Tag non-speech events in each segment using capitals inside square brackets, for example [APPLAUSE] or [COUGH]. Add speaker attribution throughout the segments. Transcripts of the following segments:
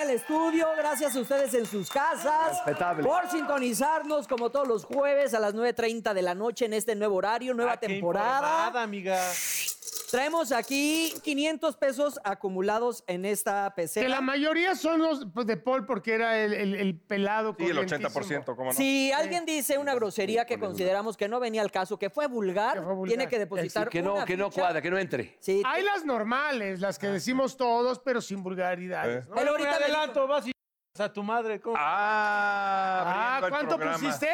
Speaker 1: al estudio, gracias a ustedes en sus casas.
Speaker 2: Respetable.
Speaker 1: Por sintonizarnos como todos los jueves a las 9.30 de la noche en este nuevo horario, nueva
Speaker 3: Ah, qué
Speaker 1: temporada.
Speaker 3: informada, amiga.
Speaker 1: Traemos aquí 500 pesos acumulados en esta
Speaker 4: Que
Speaker 1: pecera.
Speaker 4: la mayoría son los pues, de Paul porque era el, el- el pelado.
Speaker 5: Sí, el
Speaker 4: corrientísimo.
Speaker 5: 80%, ¿cómo no?
Speaker 1: Si alguien dice una grosería que consideramos que no venía al caso, que fue vulgar,
Speaker 4: Que fue vulgar.
Speaker 1: tiene que depositar
Speaker 2: que no,
Speaker 1: una
Speaker 2: que no
Speaker 1: ficha.
Speaker 2: cuadra, que no entre.
Speaker 1: Sí.
Speaker 4: Hay las normales, las que
Speaker 5: Ah,
Speaker 4: decimos todos, pero sin
Speaker 5: Eh.
Speaker 4: vulgaridades. ¿no?
Speaker 1: Él
Speaker 3: Bueno,
Speaker 1: ahorita
Speaker 3: me
Speaker 1: me dijo-
Speaker 3: adelanto, vas y [LAUGHS] a tu madre. ¿cómo?
Speaker 5: Ah,
Speaker 4: Ah,
Speaker 5: abriendo el
Speaker 4: ¿cuánto
Speaker 5: programa.
Speaker 4: pusiste?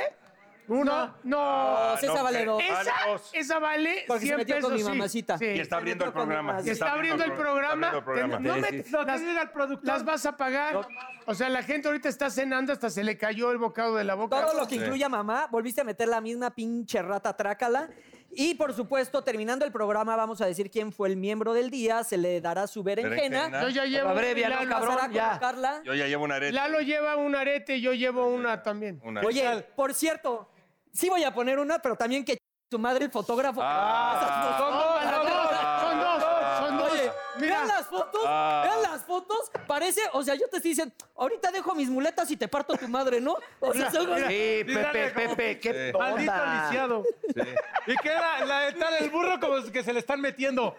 Speaker 4: Uno. Ah, No.
Speaker 1: Pues esa vale
Speaker 5: que-
Speaker 1: dos.
Speaker 5: vale
Speaker 4: Esa,
Speaker 5: dos.
Speaker 4: esa vale
Speaker 1: Porque se
Speaker 4: 100
Speaker 1: metió
Speaker 4: pesos.
Speaker 1: con mi
Speaker 4: sí.
Speaker 1: mamacita.
Speaker 4: Sí.
Speaker 5: Y está abriendo el programa.
Speaker 1: Y
Speaker 4: Está abriendo el programa.
Speaker 5: Está abriendo el
Speaker 4: Ten- No
Speaker 5: programa.
Speaker 4: me,
Speaker 2: Sí, sí.
Speaker 3: No,
Speaker 4: las,
Speaker 3: que diga el productor.
Speaker 4: las vas a pagar. O sea, la gente ahorita está cenando, hasta se le cayó el bocado de la boca.
Speaker 1: Todo lo que incluya mamá, volviste a meter la misma pinche rata trácala. Y por supuesto, terminando el programa, vamos a decir quién fue el miembro del día, se le dará su berenjena.
Speaker 5: Berenjena.
Speaker 4: Yo ya llevo.
Speaker 2: Abrevia, ¿no,
Speaker 4: Lalo,
Speaker 2: cabrón?
Speaker 1: Pasará a
Speaker 2: ya.
Speaker 1: colocarla.
Speaker 5: Yo ya llevo un arete.
Speaker 4: Lalo lleva un arete y yo llevo una también.
Speaker 5: Una
Speaker 1: Oye, por cierto, sí voy a poner una, pero también que su madre el fotógrafo.
Speaker 5: Ah.
Speaker 1: Esas
Speaker 4: No,
Speaker 1: fotos.
Speaker 4: las dos, son dos, son dos.
Speaker 1: Oye,
Speaker 4: Mira,
Speaker 1: vean las fotos,
Speaker 5: Ah.
Speaker 1: vean las fotos. Parece, o sea, yo te estoy diciendo, ahorita dejo mis muletas y te parto tu madre, ¿no? O sea, es algo-
Speaker 2: Sí, Pepe,
Speaker 3: Dígale cómo-
Speaker 2: Pepe, qué
Speaker 5: Sí.
Speaker 3: Maldito
Speaker 2: onda.
Speaker 3: lisiado. Y queda la, está el burro como que se le están metiendo.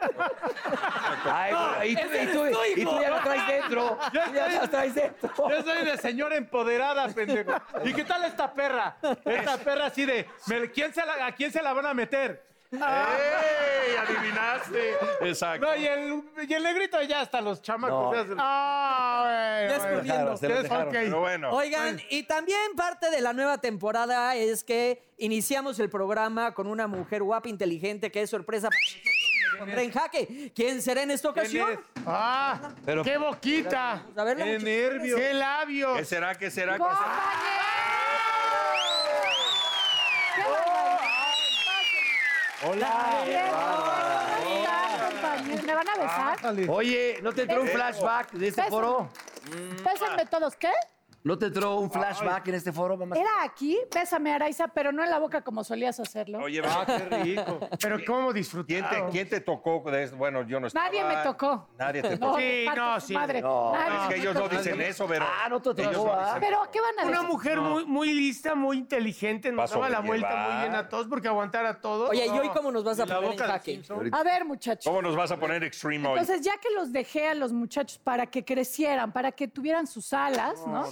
Speaker 2: Ay, bueno, y, tú,
Speaker 1: ese
Speaker 2: y tú-
Speaker 1: es tu
Speaker 2: y tú
Speaker 1: hijo.
Speaker 2: ya lo traes dentro.
Speaker 3: Ya
Speaker 2: Tú ya
Speaker 3: estoy-
Speaker 2: lo traes dentro.
Speaker 3: Yo soy de señora empoderada, pendejo. ¿Y qué tal esta perra? Esta perra así de, "Me- ¿quién se la- ¿a quién se la van a meter?
Speaker 2: Ah,
Speaker 5: ¡Ey! Adivinaste. Exacto.
Speaker 3: No, y el, y el negrito ya hasta los chamacos. se hacen-
Speaker 4: Ah, bueno, bueno.
Speaker 1: Descubriendo.
Speaker 2: Se lo dejaron.
Speaker 4: Ok.
Speaker 5: Pero bueno.
Speaker 1: Oigan, y también parte de la nueva temporada es que iniciamos el programa con una mujer guapa, inteligente, que es sorpresa para nosotros. y nos pondrá en jaque. ¿Quién será en esta ocasión?
Speaker 3: es?
Speaker 4: Ah,
Speaker 2: Pero-
Speaker 4: qué boquita.
Speaker 1: Vamos a verla,
Speaker 3: ¡Qué
Speaker 1: muchachos.
Speaker 3: nervios!
Speaker 4: Qué labios.
Speaker 5: ¿Qué será? ¿Qué será? ¿Qué será?
Speaker 6: ¿Me van a besar?
Speaker 2: Oye, ¿no te entró un flashback de este
Speaker 6: Pésame.
Speaker 2: foro?
Speaker 6: Bésenme todos, ¿qué?
Speaker 2: ¿No te entró un flashback en este foro, mamá?
Speaker 6: Era aquí, bésame Araiza, pero no en la boca como solías hacerlo.
Speaker 5: Oye, va, qué rico.
Speaker 4: Pero cómo
Speaker 5: ¿Quién te,
Speaker 4: disfrutaron.
Speaker 5: quién te tocó? de eso? Bueno, yo no estaba.
Speaker 6: Nadie me tocó.
Speaker 5: Nadie te
Speaker 6: No,
Speaker 5: tocó.
Speaker 4: Sí,
Speaker 6: parte
Speaker 4: no,
Speaker 6: de su
Speaker 4: sí,
Speaker 6: Madre.
Speaker 2: no.
Speaker 6: Nadie
Speaker 5: Es que
Speaker 6: me
Speaker 5: ellos no
Speaker 6: tocó.
Speaker 5: dicen eso, pero.
Speaker 2: Ah, no te
Speaker 5: Ellos
Speaker 2: tocó,
Speaker 5: no
Speaker 2: ah.
Speaker 5: dicen-
Speaker 6: Pero, ¿qué van a
Speaker 4: Una
Speaker 6: decir?
Speaker 4: mujer muy, muy lista, muy inteligente,
Speaker 5: Va
Speaker 4: nos
Speaker 5: a
Speaker 4: daba la vuelta
Speaker 5: sobrellevar.
Speaker 4: muy bien a todos porque aguantar a todos.
Speaker 1: Oye, ¿y
Speaker 4: no.
Speaker 1: hoy cómo nos vas a
Speaker 3: La
Speaker 1: poner en
Speaker 3: boca de
Speaker 1: jaque?
Speaker 3: Simpson.
Speaker 6: A ver, muchachos.
Speaker 5: ¿Cómo nos vas a poner extreme hoy?
Speaker 6: Entonces, ya que los dejé a los muchachos para que crecieran, para que tuvieran sus alas, ¿no?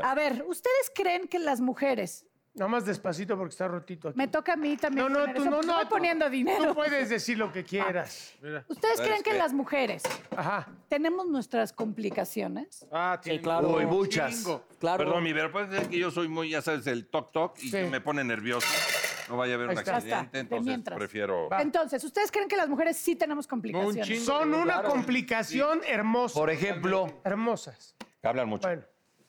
Speaker 6: A ver, ¿ustedes creen que las mujeres...
Speaker 4: Nada más despacito porque está rotito aquí.
Speaker 6: Me toca a mí también.
Speaker 4: No, no,
Speaker 6: poner
Speaker 4: tú
Speaker 6: eso,
Speaker 4: no,
Speaker 6: porque
Speaker 4: no.
Speaker 6: Voy
Speaker 4: tú-
Speaker 6: poniendo
Speaker 4: Tú
Speaker 6: dinero.
Speaker 4: puedes decir lo que quieras.
Speaker 6: ¿Ustedes creen que las mujeres
Speaker 4: Ajá.
Speaker 6: tenemos nuestras complicaciones?
Speaker 3: Ah,
Speaker 1: Sí,
Speaker 3: tiene-
Speaker 1: claro.
Speaker 2: Uy, muchas.
Speaker 1: Claro.
Speaker 5: Perdón, mi ver, puede ser que yo soy muy, ya sabes, el toc toc y
Speaker 4: Sí.
Speaker 5: me pone nervioso. No vaya a haber
Speaker 4: Ahí
Speaker 5: un
Speaker 4: está.
Speaker 6: Ya
Speaker 5: accidente,
Speaker 6: está, de
Speaker 5: entonces
Speaker 6: mientras.
Speaker 5: prefiero.
Speaker 4: Va.
Speaker 6: Entonces, ¿ustedes creen que las mujeres sí tenemos complicaciones?
Speaker 3: chingo.
Speaker 4: Son una complicación hermosa.
Speaker 2: Por ejemplo,
Speaker 4: Hermosas.
Speaker 5: Hablan mucho.
Speaker 4: Bueno,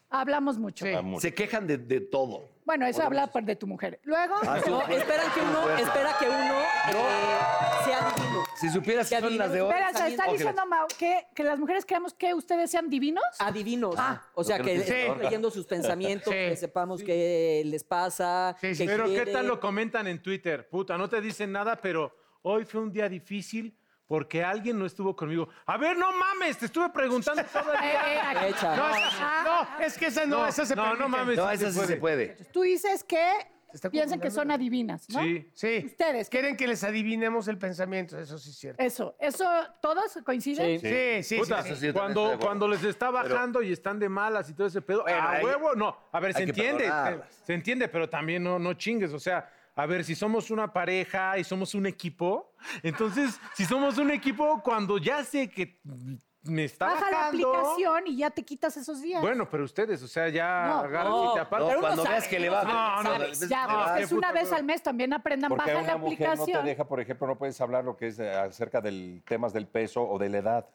Speaker 6: Hablamos mucho.
Speaker 4: Sí.
Speaker 5: Hablan mucho.
Speaker 2: se quejan de, de todo.
Speaker 6: Bueno, eso habla por- de tu mujer. Luego,
Speaker 1: No, esperan que uno, espera que uno eh, sea divino.
Speaker 2: Si supieras que son las de hoy.
Speaker 6: espera, o sea, está
Speaker 1: Ok,
Speaker 6: diciendo Mau que, que las mujeres creemos que ustedes sean divinos.
Speaker 1: Adivinos. o sea,
Speaker 2: Lo
Speaker 1: que
Speaker 2: que no
Speaker 4: tiene
Speaker 1: estemos
Speaker 4: valor.
Speaker 1: leyendo sus pensamientos,
Speaker 4: Sí.
Speaker 1: que sepamos qué les pasa.
Speaker 4: Sí, sí.
Speaker 1: qué
Speaker 3: Pero qué
Speaker 1: quieren.
Speaker 3: tal lo comentan en Twitter, puta, no te dicen nada, pero hoy fue un día difícil porque alguien no estuvo conmigo. A ver, no mames, te estuve
Speaker 2: [LAUGHS]
Speaker 3: preguntando todo el
Speaker 6: Eh,
Speaker 3: día.
Speaker 6: eh, aquí. ah,
Speaker 1: Echa.
Speaker 4: No,
Speaker 1: No,
Speaker 4: esa- no, es que esa no, esa se
Speaker 3: no, no
Speaker 4: permite.
Speaker 3: mames.
Speaker 2: No,
Speaker 3: sí
Speaker 2: esa
Speaker 3: se
Speaker 2: sí se puede.
Speaker 6: Tú dices que
Speaker 4: está
Speaker 6: piensan que son
Speaker 4: confundiendo.
Speaker 6: adivinas, ¿no?
Speaker 3: Sí.
Speaker 4: Sí.
Speaker 6: Ustedes.
Speaker 4: Quieren que les adivinemos el pensamiento, eso sí es cierto.
Speaker 6: Eso, eso, ¿todos coinciden?
Speaker 4: Sí, sí, sí.
Speaker 3: Puta,
Speaker 4: sí.
Speaker 2: eso sí, yo también estoy de
Speaker 3: cuando,
Speaker 2: acuerdo.
Speaker 3: cuando les está bajando y están de malas y todo ese pedo,
Speaker 2: Bueno,
Speaker 3: a
Speaker 2: hay-
Speaker 3: huevo, no. A ver, se
Speaker 2: hay que
Speaker 3: entiende, se,
Speaker 2: perdonarlas.
Speaker 3: se entiende, pero también no, no chingues. O sea, a ver, si somos una pareja y somos un equipo, entonces, si somos un equipo, cuando ya sé que me está
Speaker 6: Baja la
Speaker 3: bajando...
Speaker 6: aplicación y ya te quitas esos días.
Speaker 3: Bueno, pero ustedes, o sea, ya
Speaker 6: No.
Speaker 3: agarran y te apartan.
Speaker 2: No,
Speaker 1: Pero uno
Speaker 2: cuando
Speaker 1: sabe,
Speaker 2: veas que le
Speaker 1: uno
Speaker 2: va.
Speaker 3: sabe,
Speaker 2: cuando
Speaker 7: pues,
Speaker 3: sabes,
Speaker 2: ves
Speaker 6: ya, pues,
Speaker 2: que le va-
Speaker 3: Ah,
Speaker 6: es
Speaker 3: qué
Speaker 6: una
Speaker 3: puta
Speaker 6: vez al mes, también aprendan,
Speaker 5: Porque
Speaker 6: baja la
Speaker 5: una mujer no te
Speaker 6: aplicación.
Speaker 5: deja, por ejemplo, no puedes hablar lo que es eh, acerca del temas del peso o de la edad.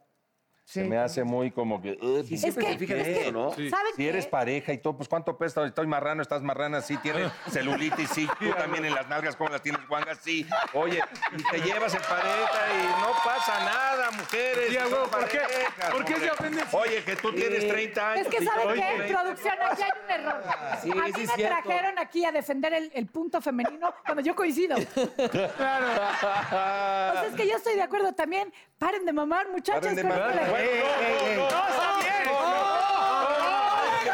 Speaker 4: Sí.
Speaker 5: Se me hace muy como que. uh,
Speaker 2: Y siempre
Speaker 6: que-
Speaker 2: se fijan en
Speaker 6: es que-
Speaker 2: eso, ¿no?
Speaker 6: ¿Saben
Speaker 5: Si eres
Speaker 6: qué?
Speaker 5: pareja y todo, pues ¿cuánto pesa? Estoy marrano, estás marrana, sí, tienes celulitis, sí, tú también en las nalgas, ¿cómo las tienes, guangas? Sí. Oye, y te llevas en pareja y no pasa nada, mujeres.
Speaker 3: Sí, a
Speaker 5: son
Speaker 3: huevo, ¿por qué?
Speaker 5: parejas,
Speaker 3: ¿Por qué
Speaker 5: hombre.
Speaker 3: se ofenden?
Speaker 5: Oye, que tú tienes 30 años.
Speaker 6: Es que,
Speaker 5: y yo
Speaker 6: ¿saben qué?
Speaker 5: tengo
Speaker 6: En
Speaker 5: 20.
Speaker 6: producción aquí hay un error.
Speaker 2: Sí,
Speaker 6: a mí
Speaker 2: sí,
Speaker 6: me
Speaker 2: es cierto.
Speaker 6: trajeron aquí a defender el, el punto femenino cuando yo coincido. claro. Pues es que yo estoy de acuerdo también. Paren de mamar, muchachos.
Speaker 5: Paren de
Speaker 6: con
Speaker 5: mamar.
Speaker 6: esto de-
Speaker 5: Bueno, no, no, no, no, no, no, no,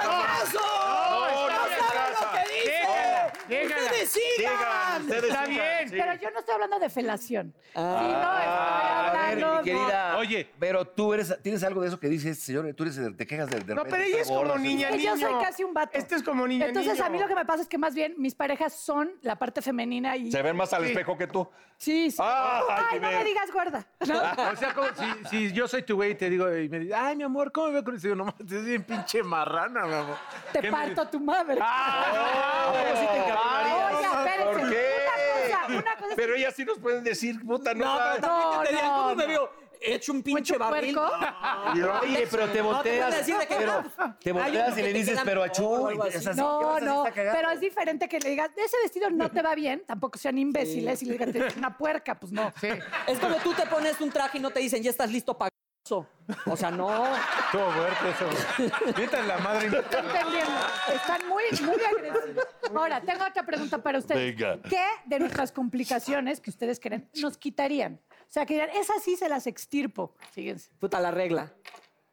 Speaker 5: Digan,
Speaker 1: sigan!
Speaker 5: ustedes
Speaker 4: Está
Speaker 5: digan,
Speaker 4: bien,
Speaker 5: sí.
Speaker 6: Pero yo no estoy hablando de felación.
Speaker 2: Ah,
Speaker 6: sí, no,
Speaker 2: a
Speaker 6: estoy
Speaker 2: ver,
Speaker 6: hablando
Speaker 2: mi querida.
Speaker 3: Oye.
Speaker 2: Pero tú eres, tienes algo de eso que dices, señor. Tú eres, de- te quejas de. de
Speaker 4: No,
Speaker 2: repente,
Speaker 4: pero ella
Speaker 2: está
Speaker 4: es como
Speaker 2: gorda,
Speaker 4: niña,
Speaker 6: Es que
Speaker 4: niño.
Speaker 6: yo soy casi un vato.
Speaker 4: Este es como niña,
Speaker 6: Entonces,
Speaker 4: niño.
Speaker 6: a mí lo que me pasa es que más bien mis parejas son la parte femenina y.
Speaker 5: Se ven más al espejo que tú.
Speaker 6: Sí, sí.
Speaker 5: Ah, hay
Speaker 6: Ay,
Speaker 5: que
Speaker 6: no me
Speaker 5: ver.
Speaker 6: digas gorda. ¿no?
Speaker 3: O sea, como si, si yo soy tu güey y te digo, y me dices, ay, mi amor, ¿cómo me veo con eso? Y yo, no, mames, es bien pinche marrana, mi amor. ¿Qué
Speaker 6: Te
Speaker 3: me-
Speaker 6: parto tu madre.
Speaker 3: ¡Ah!
Speaker 2: ¿A poco sí te encabronarías?
Speaker 6: Oye, espérense.
Speaker 5: ¿Por qué?
Speaker 6: Una cosa, una cosa es
Speaker 5: Pero ellas sí nos pueden decir, puta, no,
Speaker 1: No,
Speaker 5: sabes.
Speaker 1: pero también
Speaker 6: No,
Speaker 1: te dirían,
Speaker 6: no,
Speaker 1: ¿cómo me
Speaker 6: no.
Speaker 1: veo? He hecho un pinche
Speaker 6: mucho
Speaker 1: barril.
Speaker 6: puerco.
Speaker 2: Y, Oye, pero te
Speaker 1: No te puedo
Speaker 2: volteas.
Speaker 1: decir de qué-
Speaker 2: pero te
Speaker 1: Hay uno
Speaker 2: volteas y
Speaker 1: que
Speaker 2: le
Speaker 1: te
Speaker 2: dices,
Speaker 1: queda
Speaker 2: pero
Speaker 1: mejor o
Speaker 2: achú.
Speaker 1: algo así.
Speaker 2: es así, esa
Speaker 6: No,
Speaker 2: sí
Speaker 6: no,
Speaker 2: está cagada.
Speaker 6: pero es diferente que le digas, ese vestido no te va bien, tampoco sean imbéciles y le digan, "Eres una puerca, pues no.
Speaker 4: Sí.
Speaker 1: Es como tú te pones un traje y no te dicen, ya estás listo para O sea, no.
Speaker 3: Estuvo fuerte eso. Mientras la madre.
Speaker 6: Estoy entendiendo. Están muy, muy agresivos. Ahora, tengo otra pregunta para ustedes.
Speaker 5: Venga.
Speaker 6: ¿Qué de nuestras complicaciones que ustedes creen nos quitarían? O sea, que dirían, esas sí se las extirpo. Fíjense.
Speaker 1: Puta, la regla.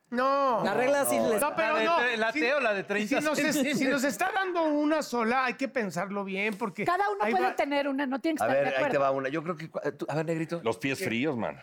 Speaker 4: No.
Speaker 1: La regla sí les...
Speaker 4: No, pero
Speaker 3: ¿La de
Speaker 4: no.
Speaker 3: tre- la
Speaker 4: si-
Speaker 3: T o la de 30
Speaker 4: Si nos, es-
Speaker 3: céntimos?
Speaker 4: si nos está dando una sola, hay que pensarlo bien porque...
Speaker 6: Cada uno
Speaker 4: ahí
Speaker 6: puede
Speaker 4: va-
Speaker 6: tener una, no tienen que
Speaker 2: A
Speaker 6: estar
Speaker 2: ver,
Speaker 6: de
Speaker 2: ahí te
Speaker 6: acuerdo.
Speaker 2: va una. Yo creo que. cua- eh, tú- A ver, negrito.
Speaker 5: Los pies fríos, man.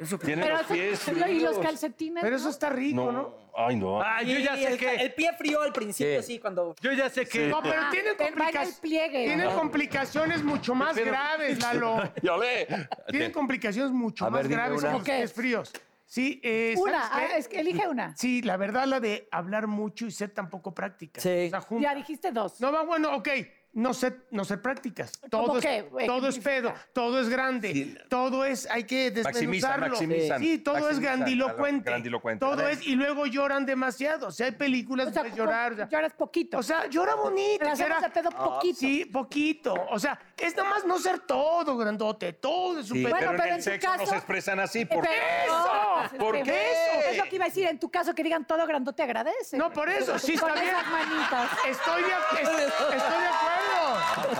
Speaker 2: Eso que-
Speaker 5: Tienen
Speaker 6: Pero
Speaker 5: los
Speaker 6: eso-
Speaker 5: pies fríos.
Speaker 6: y los calcetines. ¿no?
Speaker 4: Pero eso está rico, ¿no?
Speaker 5: No, ay, no.
Speaker 3: [LAUGHS] Ah, yo ya
Speaker 1: Sí,
Speaker 3: sé
Speaker 1: el,
Speaker 3: que.
Speaker 1: el pie frío al principio,
Speaker 2: ¿Qué?
Speaker 1: sí, cuando...
Speaker 3: Yo ya sé que.
Speaker 4: No, pero
Speaker 6: Ah,
Speaker 4: tienen
Speaker 6: te va en el
Speaker 4: complicaciones.
Speaker 6: pliegue.
Speaker 4: Tienen complicaciones mucho más graves, Lalo.
Speaker 5: Yo le.
Speaker 4: Tienen complicaciones mucho
Speaker 2: A ver,
Speaker 4: más
Speaker 2: dime
Speaker 4: graves
Speaker 2: una.
Speaker 4: que los
Speaker 6: ¿Qué?
Speaker 4: pies fríos. Sí, eh, ¿sabes
Speaker 6: Una,
Speaker 4: qué?
Speaker 6: ah, es que elige una.
Speaker 4: Sí, la verdad, la de hablar mucho y ser tan poco práctica.
Speaker 1: Sí.
Speaker 4: O sea, junta.
Speaker 6: Ya dijiste dos.
Speaker 4: No va bueno, ok. No ser, no ser prácticas. Todo, es,
Speaker 6: qué? Eh,
Speaker 4: todo es pedo,
Speaker 6: Ejemplifica.
Speaker 4: todo es grande,
Speaker 5: Sí.
Speaker 4: todo es, hay que
Speaker 5: Maximizan,
Speaker 4: desmenuzarlo.
Speaker 5: maximizan,
Speaker 4: sí, todo es
Speaker 5: maximizan,
Speaker 4: grandilocuente.
Speaker 5: grandilocuente.
Speaker 4: Todo
Speaker 5: A ver.
Speaker 4: es, y luego lloran demasiado. O sea, hay películas
Speaker 6: O sea,
Speaker 4: donde llorar. o sea,
Speaker 6: lloras poquito.
Speaker 4: o sea, llora bonito.
Speaker 6: Pero hacemos
Speaker 4: llora-
Speaker 6: de pedo
Speaker 5: Ah,
Speaker 6: poquito.
Speaker 4: Sí, poquito. O sea, es nada más no ser todo grandote, todo es un pedo.
Speaker 6: Bueno,
Speaker 5: Pero
Speaker 6: pero
Speaker 5: en
Speaker 6: en
Speaker 5: el
Speaker 6: tu
Speaker 5: sexo no
Speaker 6: caso-
Speaker 5: se expresan así. ¿Por qué?
Speaker 6: eso?
Speaker 5: ¿Por qué?
Speaker 6: Es lo que iba a decir. En tu caso, que digan todo grandote agradece.
Speaker 4: No, por eso, sí está
Speaker 6: Con
Speaker 4: bien.
Speaker 6: esas
Speaker 4: [LAUGHS]
Speaker 6: manitas.
Speaker 4: Estoy de, ac- es- estoy de acuerdo.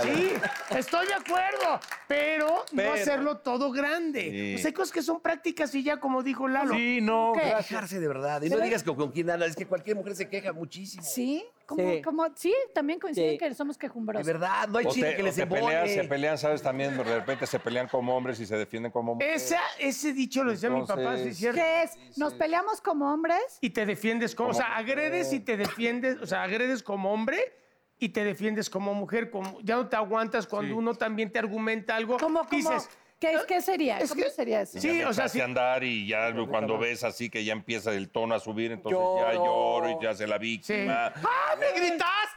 Speaker 4: Sí, estoy de acuerdo. Pero, no
Speaker 5: Pero-
Speaker 4: hacerlo todo grande.
Speaker 5: Sí.
Speaker 4: O sea, hay cosas que son prácticas y ya, como dijo Lalo.
Speaker 3: Sí,
Speaker 7: Oh,
Speaker 3: no.
Speaker 6: ¿Qué?
Speaker 3: gracias.
Speaker 2: Quejarse de verdad. Y no digas que con quién habla. Es que cualquier mujer se queja muchísimo.
Speaker 6: Sí, como,
Speaker 1: Sí.
Speaker 6: como, sí, también coinciden
Speaker 1: Sí.
Speaker 6: que somos
Speaker 2: De
Speaker 6: quejumbrosos.
Speaker 2: verdad, no hay
Speaker 5: O
Speaker 2: chile
Speaker 5: te-
Speaker 2: que
Speaker 5: o
Speaker 2: les
Speaker 5: se
Speaker 2: embone.
Speaker 5: pelean, se pelean, ¿sabes? También de repente se pelean como hombres y se defienden como hombres.
Speaker 4: Esa, ese dicho lo decía mi papá, sí,
Speaker 5: Entonces-
Speaker 4: es cierto.
Speaker 6: ¿Qué es? Nos peleamos como hombres.
Speaker 4: Y te defiendes como, o sea, agredes y te defiendes, o sea, agredes como hombre y te defiendes como mujer, como ya no te aguantas cuando uno también te argumenta algo,
Speaker 6: Como, como,
Speaker 4: dices,
Speaker 6: ¿qué, qué sería?
Speaker 4: es
Speaker 6: ¿Cómo
Speaker 4: que-
Speaker 6: sería eso?
Speaker 4: Sí, o sea,
Speaker 5: Hace
Speaker 4: sí.
Speaker 5: andar y ya cuando ves así que ya empieza el tono a subir, entonces ya
Speaker 1: Lloro.
Speaker 5: lloro y ya se la víctima.
Speaker 4: ¡Ah, me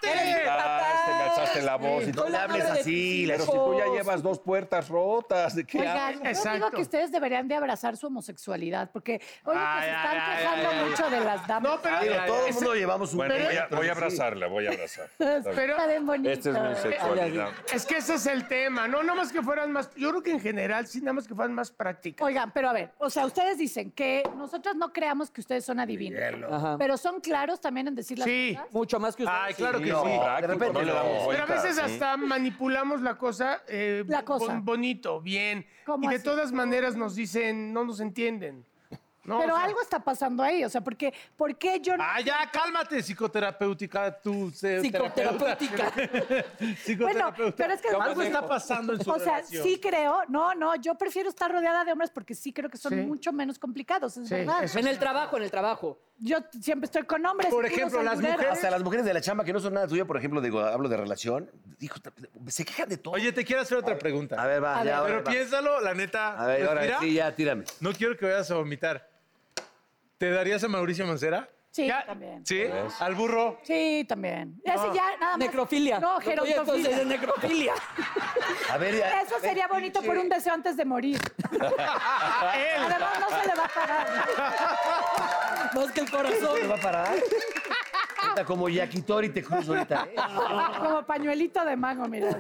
Speaker 4: gritaste!
Speaker 5: Gritaste, me alzaste la voz y
Speaker 1: Soy
Speaker 5: todo.
Speaker 1: la
Speaker 2: hables
Speaker 1: madre de
Speaker 2: así,
Speaker 1: tus
Speaker 2: la-
Speaker 5: Pero si tú ya
Speaker 1: hijos.
Speaker 5: llevas dos puertas rotas, ¿de qué
Speaker 6: Oigan,
Speaker 5: hablas?
Speaker 6: yo digo
Speaker 4: Exacto.
Speaker 6: que ustedes deberían de abrazar su homosexualidad, porque hoy que se
Speaker 3: Ay,
Speaker 6: están
Speaker 3: ay,
Speaker 6: quejando
Speaker 3: ay, ay,
Speaker 6: mucho de las damas.
Speaker 4: No, pero
Speaker 2: Digo,
Speaker 3: Ay, ay,
Speaker 2: todo
Speaker 3: ay.
Speaker 2: el mundo llevamos un
Speaker 5: Bueno,
Speaker 2: pedo,
Speaker 5: voy a, voy a
Speaker 2: entonces,
Speaker 5: abrazarla, voy a abrazar.
Speaker 4: pero-
Speaker 6: Está bien bonito.
Speaker 5: Esta Este es mi sexualidad.
Speaker 4: es que ese es el tema, no nada más que fueran más, yo creo que en general sí nada más que fueran más prácticas.
Speaker 6: Oigan, pero a ver, o sea, ustedes dicen que nosotros no creamos que ustedes son adivinos,
Speaker 1: Ajá.
Speaker 6: pero son claros también en decir las
Speaker 4: Sí.
Speaker 6: cosas.
Speaker 1: Mucho más que ustedes.
Speaker 3: Ay, claro que
Speaker 5: No,
Speaker 3: sí.
Speaker 5: práctico,
Speaker 2: repente
Speaker 5: no le damos
Speaker 2: no.
Speaker 4: Pero
Speaker 5: vuelta,
Speaker 4: a veces
Speaker 5: ¿sí?
Speaker 4: hasta manipulamos la cosa, eh,
Speaker 6: La cosa.
Speaker 4: bon- bonito, bien.
Speaker 6: ¿Cómo
Speaker 4: Y de
Speaker 6: así?
Speaker 4: todas maneras nos dicen, no nos entienden. No,
Speaker 6: Pero
Speaker 4: o sea,
Speaker 6: algo está pasando ahí, o sea, porque ¿por qué yo no?
Speaker 3: Ah, ya, cálmate, psicoterapéutica, tú, se-
Speaker 1: Psicoterapéutica.
Speaker 3: [LAUGHS]
Speaker 6: bueno,
Speaker 3: Psicoterapeuta.
Speaker 6: pero es que
Speaker 3: Algo está pasando en su
Speaker 6: O sea,
Speaker 3: relación.
Speaker 6: sí creo, no, no, yo prefiero estar rodeada de hombres porque sí creo que son
Speaker 4: Sí.
Speaker 6: mucho menos complicados, es
Speaker 4: Sí,
Speaker 6: verdad.
Speaker 4: eso
Speaker 1: En el trabajo, en el trabajo.
Speaker 6: Yo siempre estoy con hombres.
Speaker 3: Por
Speaker 6: y puros
Speaker 3: ejemplo, las
Speaker 6: albureros.
Speaker 3: mujeres-
Speaker 2: Hasta las mujeres de la chamba que no son nada tuya, por ejemplo, digo, hablo de relación, dijo, se quejan de todo.
Speaker 3: Oye, te quiero hacer otra pregunta.
Speaker 2: a ver, va,
Speaker 6: a ver.
Speaker 2: ya, ahora
Speaker 3: Pero
Speaker 2: va.
Speaker 3: piénsalo, la neta.
Speaker 2: A ver, ahora
Speaker 3: respira.
Speaker 2: sí, ya, tírame.
Speaker 3: No quiero que vayas a vomitar. ¿Te darías a Mauricio Mancera?
Speaker 6: Sí,
Speaker 4: Ya-
Speaker 6: también. Sí.
Speaker 3: ¿Sí? ¿Al burro?
Speaker 6: también. Ese ya, nada más.
Speaker 1: Necrofilia.
Speaker 6: No,
Speaker 1: Oye, Entonces es
Speaker 6: gerontofilia.
Speaker 1: necrofilia. [LAUGHS]
Speaker 2: A ver, ya.
Speaker 6: Eso sería bonito por un deseo antes de
Speaker 3: [LAUGHS]
Speaker 6: morir. Además, no se le va a parar.
Speaker 1: No es que el corazón.
Speaker 2: ¿Te va a parar? Ahorita como Yakitori te cruzo ahorita. ¿eh?
Speaker 6: Como pañuelito de mango, mira.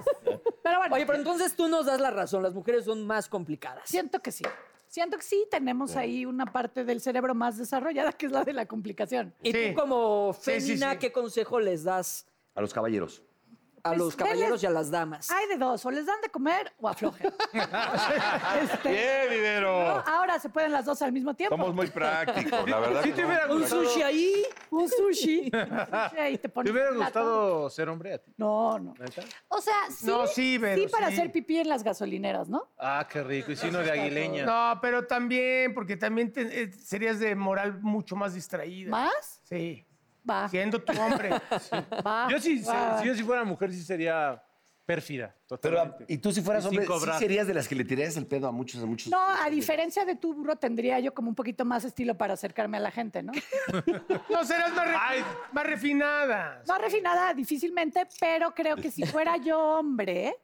Speaker 6: Pero bueno,
Speaker 1: Oye, pero entonces tú nos das la razón. Las mujeres son más complicadas.
Speaker 6: siento que sí. Siento que sí tenemos ahí una parte del cerebro más desarrollada, que es la de la complicación.
Speaker 1: Y
Speaker 4: Sí.
Speaker 1: tú como
Speaker 4: Sí, sí,
Speaker 1: fémina,
Speaker 4: sí.
Speaker 1: ¿qué consejo les das?
Speaker 2: A los caballeros.
Speaker 1: a
Speaker 6: Pues,
Speaker 1: los
Speaker 6: denles-
Speaker 1: caballeros y a las damas.
Speaker 6: Hay de dos, o les dan de comer o aflojen. Este,
Speaker 5: Bien,
Speaker 6: ¿no?
Speaker 5: Vivero.
Speaker 6: Ahora se pueden las dos al mismo tiempo.
Speaker 5: Somos muy prácticos, la verdad.
Speaker 3: Sí
Speaker 5: que
Speaker 3: te
Speaker 5: no.
Speaker 3: hubiera
Speaker 1: Un
Speaker 3: gustado,
Speaker 1: sushi ahí.
Speaker 6: Un sushi. un sushi y te pones
Speaker 3: te hubiera
Speaker 6: un plato.
Speaker 3: gustado ser hombre a ti.
Speaker 6: No, no.
Speaker 3: ¿Neta?
Speaker 6: O sea, sí,
Speaker 4: No, sí, Vero,
Speaker 6: para
Speaker 4: sí.
Speaker 6: hacer pipí en las gasolineras, ¿no?
Speaker 3: Ah, qué rico. Y si no de aguileña.
Speaker 4: No, pero también, porque también te- eh, serías de moral mucho más distraída.
Speaker 6: ¿Más?
Speaker 4: Sí.
Speaker 6: Va.
Speaker 4: Siendo tu hombre.
Speaker 6: [LAUGHS] va,
Speaker 3: Yo sí,
Speaker 6: va.
Speaker 3: si yo si fuera mujer, sí sería pérfida.
Speaker 2: Pero,
Speaker 3: Totalmente.
Speaker 2: ah, y tú si fueras
Speaker 3: Y sin
Speaker 2: hombre, ¿sí
Speaker 3: cobrar.
Speaker 2: serías de las que le tirarías el pedo a muchos, a muchos.
Speaker 6: No, a diferencia de tu burro, tendría yo como un poquito más estilo para acercarme a la gente, ¿no?
Speaker 4: No, serás más, re-
Speaker 3: Ay.
Speaker 4: más refinada.
Speaker 6: No refinada, difícilmente, pero creo que si fuera yo hombre,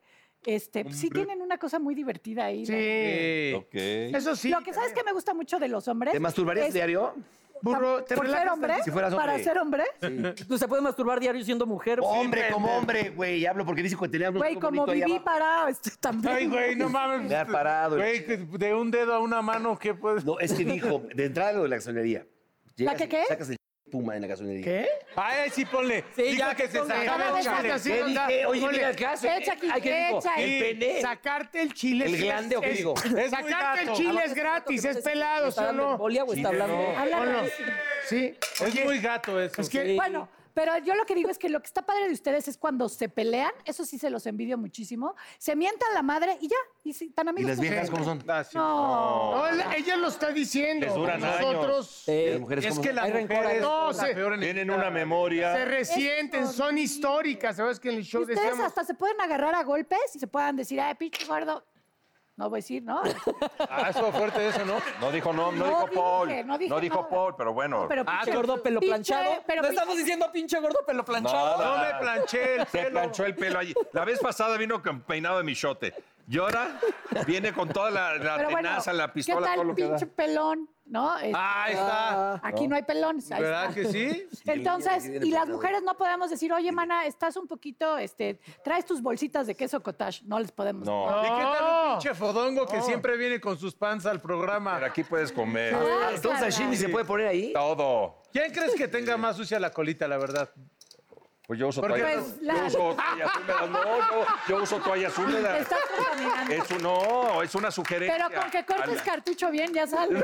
Speaker 6: este, sí tienen una cosa muy divertida ahí. ¿no?
Speaker 4: Sí.
Speaker 3: Sí.
Speaker 5: Ok.
Speaker 4: Eso sí.
Speaker 6: Lo que sabes que me gusta mucho de los hombres.
Speaker 2: ¿Te masturbarías
Speaker 6: es-
Speaker 2: diario?
Speaker 4: Burro, ¿te
Speaker 6: ¿Por ser
Speaker 4: relajas
Speaker 6: hombre?
Speaker 2: Si fueras
Speaker 6: ¿Para
Speaker 2: hombre.
Speaker 6: ser hombre?
Speaker 1: Tú se puedes masturbar diario siendo mujer.
Speaker 2: Hombre como hombre, güey. Hablo porque dice que tenía un
Speaker 6: Güey, como viví para este, también.
Speaker 3: Ay,
Speaker 2: [LAUGHS]
Speaker 3: güey, no mames.
Speaker 2: Me ha parado el
Speaker 3: Güey, que de un dedo a una mano, ¿qué puedes?
Speaker 2: No, es que dijo, de entrada lo de la gasolinería. Llegas
Speaker 6: ¿La que
Speaker 2: y
Speaker 6: qué?
Speaker 2: Sacas el puma en la gasolinería.
Speaker 4: ¿Qué?
Speaker 3: Ay, sí, ponle.
Speaker 1: Sí,
Speaker 3: Dijo
Speaker 1: ya,
Speaker 3: que se
Speaker 1: ponle.
Speaker 3: sacaba
Speaker 4: Cada
Speaker 3: el
Speaker 4: vez
Speaker 3: chale.
Speaker 4: más así.
Speaker 2: ¿Qué
Speaker 4: anda,
Speaker 2: dije? Oye,
Speaker 4: ponle.
Speaker 2: mira el caso.
Speaker 6: Echa aquí,
Speaker 2: eh, Ay, ¿qué dijo?
Speaker 6: echa ahí.
Speaker 2: El pene.
Speaker 4: Sacarte el chile.
Speaker 2: ¿El
Speaker 4: sí
Speaker 2: glande o qué
Speaker 4: es-
Speaker 2: digo?
Speaker 4: es-
Speaker 3: muy
Speaker 4: Sacarte el
Speaker 3: gato.
Speaker 4: chile
Speaker 1: Abajo
Speaker 4: es
Speaker 1: está
Speaker 4: gratis,
Speaker 1: otro,
Speaker 4: es
Speaker 1: no sé si
Speaker 4: pelado, ¿sí
Speaker 1: ¿Está
Speaker 4: o
Speaker 1: hablando en
Speaker 4: no?
Speaker 1: bolia o está hablando?
Speaker 6: Habla
Speaker 4: Ponlo.
Speaker 6: rarísimo.
Speaker 4: Sí.
Speaker 3: Es
Speaker 4: Oye,
Speaker 3: muy gato eso.
Speaker 4: es que-
Speaker 3: sí.
Speaker 6: Bueno, pero yo lo que digo es que lo que está padre de ustedes es cuando se pelean, eso sí se los envidio muchísimo, se mientan la madre y ya, y sí, tan
Speaker 2: ¿Y
Speaker 6: amigos.
Speaker 2: las
Speaker 6: como
Speaker 2: viejas
Speaker 6: siempre.
Speaker 2: cómo son?
Speaker 3: Ah, sí.
Speaker 5: Oh.
Speaker 6: No.
Speaker 4: no, ella ella lo está diciendo.
Speaker 5: Les duran
Speaker 4: Nosotros
Speaker 1: Sí.
Speaker 2: ¿Las mujeres
Speaker 3: Es
Speaker 2: cómo
Speaker 3: que
Speaker 2: son?
Speaker 3: las
Speaker 1: Hay rencor, hay
Speaker 3: mujeres
Speaker 4: rencor.
Speaker 3: son la
Speaker 4: No,
Speaker 3: peor
Speaker 5: Tienen
Speaker 3: enemiga.
Speaker 5: una memoria.
Speaker 4: se resienten,
Speaker 6: Eso,
Speaker 4: son
Speaker 6: sí.
Speaker 4: históricas. ¿Sabes que en el
Speaker 6: Y
Speaker 4: show
Speaker 6: ustedes
Speaker 4: decíamos?
Speaker 6: hasta se pueden agarrar a golpes y se puedan decir, ay, pinche gordo. No voy a decir, ¿no?
Speaker 3: Ah, estuvo fuerte eso, ¿no?
Speaker 5: No dijo no, no,
Speaker 6: No
Speaker 5: dijo
Speaker 6: dije,
Speaker 5: Paul.
Speaker 6: no dije
Speaker 5: dijo
Speaker 6: nada.
Speaker 5: Paul, pero bueno.
Speaker 6: No, pero
Speaker 1: Ah,
Speaker 6: pinche-
Speaker 1: gordo pelo
Speaker 6: pinche-
Speaker 1: planchado.
Speaker 6: pero
Speaker 1: ¿No
Speaker 6: pinche-
Speaker 1: estamos diciendo pinche gordo pelo planchado?
Speaker 5: Nada.
Speaker 3: No
Speaker 4: Ah.
Speaker 3: me planché el
Speaker 5: Se
Speaker 3: pelo.
Speaker 5: planchó el pelo allí. La vez pasada vino con peinado de michote. Y ahora viene con toda la, la
Speaker 6: pero bueno,
Speaker 5: tenaza, la pistola,
Speaker 6: ¿Qué
Speaker 5: todo
Speaker 6: tal
Speaker 5: lo que da.
Speaker 6: pinche pelón? ¿No? Este,
Speaker 3: Ah, ahí está.
Speaker 6: aquí no. hay pelones. ahí
Speaker 3: ¿Verdad
Speaker 6: está.
Speaker 3: que
Speaker 4: [LAUGHS]
Speaker 3: sí?
Speaker 6: Entonces, y las mujeres no podemos decir, oye, mana, estás un poquito, este, traes tus bolsitas de queso cottage. No les podemos.
Speaker 5: No,
Speaker 3: ¿Y qué tal un
Speaker 4: No.
Speaker 3: pinche fodongo que siempre viene con sus panzas al
Speaker 5: pero
Speaker 3: programa?
Speaker 5: aquí puedes comer.
Speaker 6: Ah,
Speaker 2: ¿Entonces
Speaker 6: caray.
Speaker 2: sashimi se puede poner ahí?
Speaker 5: Todo.
Speaker 3: ¿Quién crees que tenga más sucia la colita, la verdad?
Speaker 5: Pues yo uso
Speaker 3: Porque
Speaker 5: toalla.
Speaker 6: pues, la-
Speaker 5: Yo uso toalla húmeda. No, no, yo uso toallas
Speaker 6: Te
Speaker 5: húmedas.
Speaker 6: estás contaminando.
Speaker 5: Es un, no, es una sugerencia.
Speaker 6: Pero con que cortes
Speaker 5: Ala,
Speaker 6: cartucho bien, ya sale.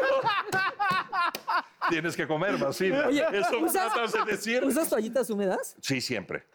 Speaker 5: Tienes que comer, vacina.
Speaker 1: Oye,
Speaker 5: Eso me
Speaker 1: ¿usas-
Speaker 5: tratas de decir.
Speaker 1: ¿Usas toallitas húmedas?
Speaker 5: Sí, siempre.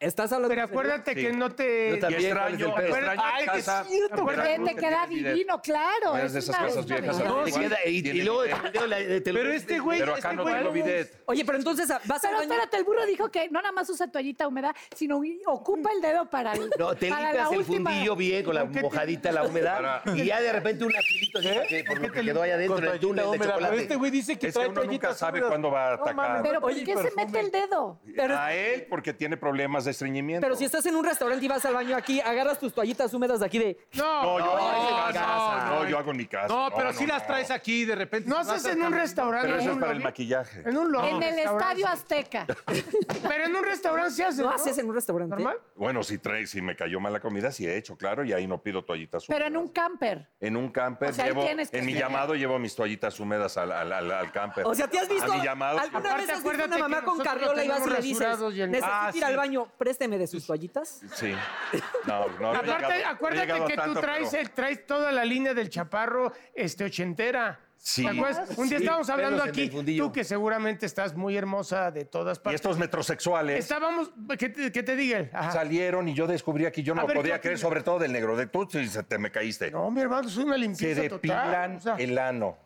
Speaker 1: ¿Estás hablando
Speaker 4: Pero
Speaker 1: en serio?
Speaker 4: acuérdate
Speaker 5: Sí.
Speaker 4: que no te.
Speaker 2: Yo también,
Speaker 5: y
Speaker 2: ¿cuál es el
Speaker 5: extraño,
Speaker 2: pedo?
Speaker 5: extraño
Speaker 4: Ay, que
Speaker 5: casa.
Speaker 4: es cierto,
Speaker 5: Acuérdate
Speaker 6: Porque te
Speaker 5: nunca
Speaker 6: queda
Speaker 5: tiene bidet.
Speaker 6: divino, claro.
Speaker 5: No eres
Speaker 6: es
Speaker 5: de esas
Speaker 6: una-
Speaker 5: cosas
Speaker 6: es una
Speaker 5: viejas.
Speaker 6: belleza.
Speaker 3: No,
Speaker 2: Te
Speaker 3: sí.
Speaker 2: queda- y, y luego te, te- te- te-
Speaker 3: Pero este güey,
Speaker 5: Pero acá
Speaker 3: este
Speaker 5: no
Speaker 3: güey-
Speaker 5: tengo bidet.
Speaker 1: Oye, pero entonces ah, vas al
Speaker 6: Pero
Speaker 1: baño.
Speaker 6: espérate, el burro dijo que no nada más usa toallita húmeda, sino y- ocupa el dedo para el.
Speaker 2: No, te
Speaker 6: para
Speaker 2: limpias
Speaker 6: la
Speaker 2: el
Speaker 6: última.
Speaker 2: fundillo bien con la mojadita, la humedad.
Speaker 5: Para-
Speaker 2: Y ya de repente un lacilito así, porque por lo que quedó allá adentro
Speaker 3: Con
Speaker 2: del túnel de
Speaker 3: toallita húmeda, pero
Speaker 2: chocolate.
Speaker 3: este güey dice que
Speaker 5: Es que
Speaker 3: trae
Speaker 5: uno nunca
Speaker 3: toallitas
Speaker 5: sabe
Speaker 3: húmedas.
Speaker 5: cuándo va a
Speaker 3: No mames.
Speaker 5: atacar.
Speaker 6: Pero ¿por
Speaker 1: Oye,
Speaker 6: qué se mete el dedo?
Speaker 1: Pero-
Speaker 5: A él porque tiene problemas de estreñimiento.
Speaker 1: Pero si estás en un restaurante y vas al baño aquí, agarras tus toallitas húmedas de aquí de.
Speaker 5: No,
Speaker 4: No,
Speaker 5: yo hago en mi casa.
Speaker 4: no, no.
Speaker 5: No, yo hago en mi casa.
Speaker 3: No, pero
Speaker 5: si
Speaker 3: sí las traes aquí de repente.
Speaker 4: No
Speaker 3: se
Speaker 4: haces
Speaker 3: vas
Speaker 4: en un
Speaker 3: al-
Speaker 4: restaurante. ¿eh?
Speaker 5: Pero
Speaker 4: en
Speaker 5: eso es
Speaker 4: un
Speaker 5: para el
Speaker 4: lobby.
Speaker 5: maquillaje.
Speaker 4: En un lobby.
Speaker 6: en el
Speaker 4: restaurante.
Speaker 6: estadio Azteca.
Speaker 4: Pero en un restaurante se hace.
Speaker 1: ¿No haces en un restaurante?
Speaker 4: normal.
Speaker 5: Bueno, si traes, si me cayó mal la comida, sí he hecho, claro, y ahí no pido toallitas húmedas.
Speaker 6: pero en un camper.
Speaker 5: En un camper
Speaker 6: O sea, ahí
Speaker 5: llevo,
Speaker 6: tienes que
Speaker 5: en mi
Speaker 6: tener.
Speaker 5: llamado llevo mis toallitas húmedas al, al, al- al camper.
Speaker 1: O sea, ¿te has visto?
Speaker 5: A mi llamado. sí.
Speaker 1: ¿Alguna
Speaker 4: Aparte,
Speaker 1: vez has visto una
Speaker 4: acuérdate que
Speaker 1: mamá con
Speaker 4: nosotros
Speaker 1: carriola y vas y le
Speaker 4: tenemos
Speaker 1: dices,
Speaker 4: rasurados y en-
Speaker 1: necesito
Speaker 3: Ah,
Speaker 1: ir al
Speaker 3: sí.
Speaker 1: baño, présteme de sus toallitas?
Speaker 5: Sí. No, no, no he
Speaker 4: Aparte,
Speaker 5: llegado- no he
Speaker 4: acuérdate
Speaker 5: llegado
Speaker 4: que
Speaker 5: tanto,
Speaker 4: tú traes,
Speaker 5: pero-
Speaker 4: el- traes toda la línea del chaparro este, ochentera.
Speaker 5: Sí.
Speaker 4: ¿Te acuerdas? Un día
Speaker 2: Sí,
Speaker 4: estábamos hablando
Speaker 2: pelos en el
Speaker 4: aquí,
Speaker 2: fundillo.
Speaker 4: tú que seguramente estás muy hermosa de todas
Speaker 5: Y
Speaker 4: partes.
Speaker 5: estos metrosexuales
Speaker 4: Estábamos, ¿qué te, qué te diga? Ajá.
Speaker 5: salieron y yo descubrí que yo no
Speaker 4: A
Speaker 5: lo
Speaker 4: ver, ¿qué
Speaker 5: podía
Speaker 4: opinas?
Speaker 5: creer, sobre todo del negro. De tú, si se te me caíste.
Speaker 4: No, mi hermano, es una
Speaker 5: se
Speaker 4: limpieza
Speaker 5: depilan
Speaker 4: total. o sea,
Speaker 5: el ano.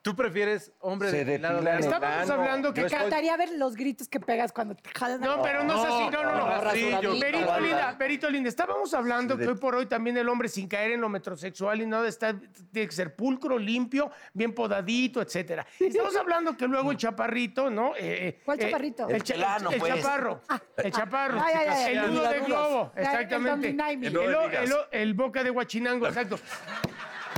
Speaker 3: ¿Tú prefieres hombre
Speaker 5: Se
Speaker 3: de lado
Speaker 5: depilan el
Speaker 4: Estábamos
Speaker 5: ano.
Speaker 4: hablando que
Speaker 5: Yo
Speaker 6: Me
Speaker 5: estoy-
Speaker 6: encantaría ver los gritos que pegas cuando te jalan.
Speaker 4: No, pero no es así, no, no, no.
Speaker 3: no, rasuradito.
Speaker 4: Perito Linda, Perito Linda, estábamos hablando
Speaker 5: Sí, de-
Speaker 4: que hoy por hoy también el hombre sin caer en lo metrosexual y nada está, tiene que ser pulcro, limpio, bien podadito, etcétera. Estamos hablando que luego el chaparrito, ¿no? Eh,
Speaker 6: ¿Cuál
Speaker 4: eh,
Speaker 6: chaparrito? Ah.
Speaker 4: El, cha-
Speaker 2: Plano,
Speaker 4: el
Speaker 2: pues.
Speaker 4: chaparro, el chaparro,
Speaker 6: Ay, ay, ay,
Speaker 4: el
Speaker 6: ay.
Speaker 4: nudo de
Speaker 1: Dominadubas.
Speaker 4: globo,
Speaker 6: El
Speaker 4: exactamente.
Speaker 6: dominaimi.
Speaker 4: El, o-
Speaker 5: No
Speaker 6: [LAUGHS]
Speaker 5: digas.
Speaker 4: el o- el boca de guachinango, exacto.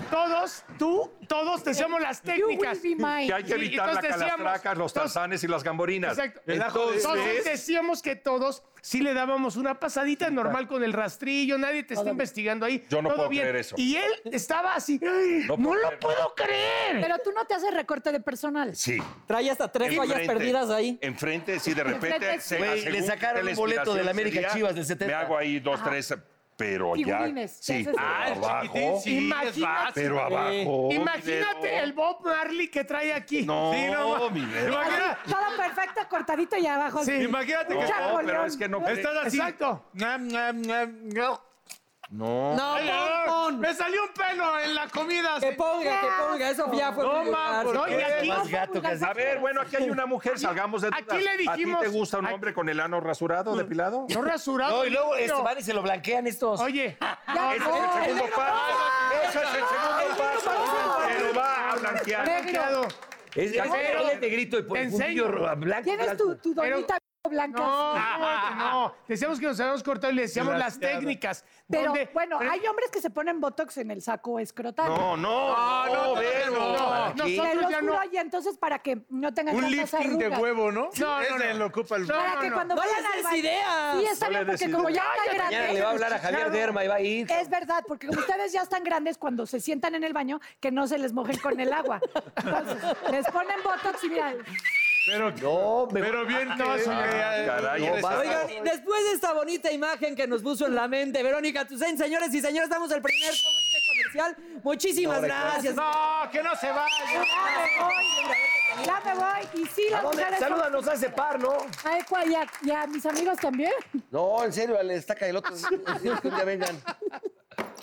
Speaker 4: todos, tú, todos te hacemos las
Speaker 6: Eh, You will
Speaker 4: técnicas.
Speaker 6: be mine.
Speaker 5: Que hay que
Speaker 4: Sí,
Speaker 5: evitar las
Speaker 4: entonces decíamos-
Speaker 5: calatracas, los
Speaker 4: entonces-
Speaker 5: tarzanes y las gamborinas.
Speaker 4: Exacto.
Speaker 3: El ajo de-
Speaker 4: Entonces
Speaker 5: Entonces,
Speaker 4: decíamos que todos sí le dábamos una pasadita normal con el rastrillo, nadie te está investigando ahí.
Speaker 5: Yo no
Speaker 4: todo
Speaker 5: puedo
Speaker 4: bien.
Speaker 5: creer eso.
Speaker 4: Y él estaba así, "Ay, no,
Speaker 5: No puedo
Speaker 4: lo
Speaker 5: creer".
Speaker 4: puedo creer.
Speaker 6: Pero tú no te haces recorte de personal.
Speaker 5: sí.
Speaker 1: Trae hasta tres
Speaker 5: Enfrente,
Speaker 1: vallas perdidas ahí.
Speaker 5: Enfrente, sí, de repente.
Speaker 6: Enfrente,
Speaker 5: se,
Speaker 2: Güey,
Speaker 5: según
Speaker 2: le sacaron
Speaker 5: qué
Speaker 2: un boleto de la
Speaker 5: respiración
Speaker 2: América
Speaker 5: sería,
Speaker 2: Chivas del 70.
Speaker 5: Me hago ahí dos, tres, pero ya.
Speaker 6: Figurines, te
Speaker 5: Sí,
Speaker 6: haces-
Speaker 5: pero
Speaker 6: Ah,
Speaker 3: el chiquitín,
Speaker 5: abajo.
Speaker 3: sí, es
Speaker 4: Imagínate.
Speaker 3: fácil.
Speaker 5: Pero abajo. mi
Speaker 4: Imagínate
Speaker 5: dedo.
Speaker 4: el Bob Marley que trae aquí.
Speaker 5: No,
Speaker 3: Sí, no,
Speaker 5: mi
Speaker 3: ¿Te
Speaker 5: dedo.
Speaker 3: imaginas?
Speaker 6: Todo perfecto, cortadito y abajo.
Speaker 4: Sí.
Speaker 3: Imagínate que
Speaker 6: Un
Speaker 5: No,
Speaker 6: chacolón.
Speaker 5: pero es que no.
Speaker 3: estás así.
Speaker 4: Exacto.
Speaker 3: Nam, nam, nam, no. No.
Speaker 1: No,
Speaker 4: Ay,
Speaker 1: pon,
Speaker 4: ay,
Speaker 1: pon.
Speaker 4: Me salió un pelo en la comida.
Speaker 1: Que
Speaker 4: sí.
Speaker 1: ponga, que ponga. Eso ya fue.
Speaker 3: No,
Speaker 1: vulgar.
Speaker 3: ma, ¿por
Speaker 4: No, y
Speaker 3: qué?
Speaker 4: aquí,
Speaker 2: Más gato que así.
Speaker 5: A ver, bueno, aquí hay una mujer, salgamos de
Speaker 4: aquí
Speaker 5: dudas.
Speaker 4: le dijimos-
Speaker 5: ¿A ti te gusta un
Speaker 4: aquí-
Speaker 5: hombre con el ano rasurado, depilado?
Speaker 4: no rasurado.
Speaker 2: No, y luego
Speaker 4: limpio.
Speaker 2: este, van y se lo blanquean estos.
Speaker 4: Oye,
Speaker 6: Ya,
Speaker 5: Ese
Speaker 6: no,
Speaker 5: es el segundo
Speaker 6: negro,
Speaker 5: paso. Ese es el segundo paso.
Speaker 6: parece-
Speaker 5: Pero va a blanquear.
Speaker 4: blanqueado.
Speaker 2: Es, es,
Speaker 4: Pero-
Speaker 2: es negrito y por
Speaker 4: Te
Speaker 2: el fundillo
Speaker 4: enseño.
Speaker 2: ro- blanco.
Speaker 6: Tienes tu, tu
Speaker 4: Pero-
Speaker 6: donita blanca.
Speaker 4: No, no, no. Decíamos que nos habíamos cortado y le decíamos las
Speaker 3: Desgraciada.
Speaker 4: técnicas.
Speaker 6: Pero
Speaker 4: donde-
Speaker 6: bueno,
Speaker 4: pero-
Speaker 6: hay hombres que se ponen botox en el saco escrotal.
Speaker 5: No, no, no, Vero.
Speaker 4: no,
Speaker 6: Te
Speaker 4: nosotros
Speaker 6: los
Speaker 4: ya
Speaker 6: juro,
Speaker 4: no.
Speaker 6: y entonces para que no tengan
Speaker 3: Un
Speaker 6: tantas
Speaker 3: lifting de
Speaker 6: arrugas.
Speaker 3: huevo, ¿no?
Speaker 4: No, no,
Speaker 3: Ese
Speaker 4: no.
Speaker 3: lo ocupa el
Speaker 4: No,
Speaker 6: Para que cuando
Speaker 1: No
Speaker 6: vayan
Speaker 1: le
Speaker 6: al
Speaker 1: des
Speaker 6: baño-
Speaker 1: ideas.
Speaker 6: Sí, está
Speaker 5: No
Speaker 6: bien,
Speaker 5: le
Speaker 6: porque
Speaker 5: des
Speaker 6: como ya
Speaker 5: ideas.
Speaker 6: están
Speaker 2: Mañana le va a
Speaker 6: grandes...
Speaker 2: hablar a Javier
Speaker 4: Claro.
Speaker 2: Derma y va a ir.
Speaker 6: Es verdad, porque como ustedes ya están grandes, cuando se sientan en el baño, que no se les mojen con el agua. Entonces, les ponen botox y mira,
Speaker 3: Pero,
Speaker 2: No, me-
Speaker 3: pero bien, eh, no,
Speaker 4: Ah,
Speaker 3: es una idea.
Speaker 5: caray,
Speaker 3: No,
Speaker 5: eres-
Speaker 3: vas-
Speaker 1: Oigan, y después de esta bonita imagen que nos puso en la mente Verónica Tucen, señores y señores, damos el primer corte comercial. Muchísimas gracias.
Speaker 3: No, que no se vaya.
Speaker 6: ya me voy, ya me voy. Y sí,
Speaker 2: ¿A
Speaker 6: las
Speaker 2: dónde?
Speaker 6: mujeres...
Speaker 2: Salúdanos a ese par, ¿no?
Speaker 6: A Ecua y a, y a mis amigos también.
Speaker 2: No, en serio, al estaca del otro. que un día vengan.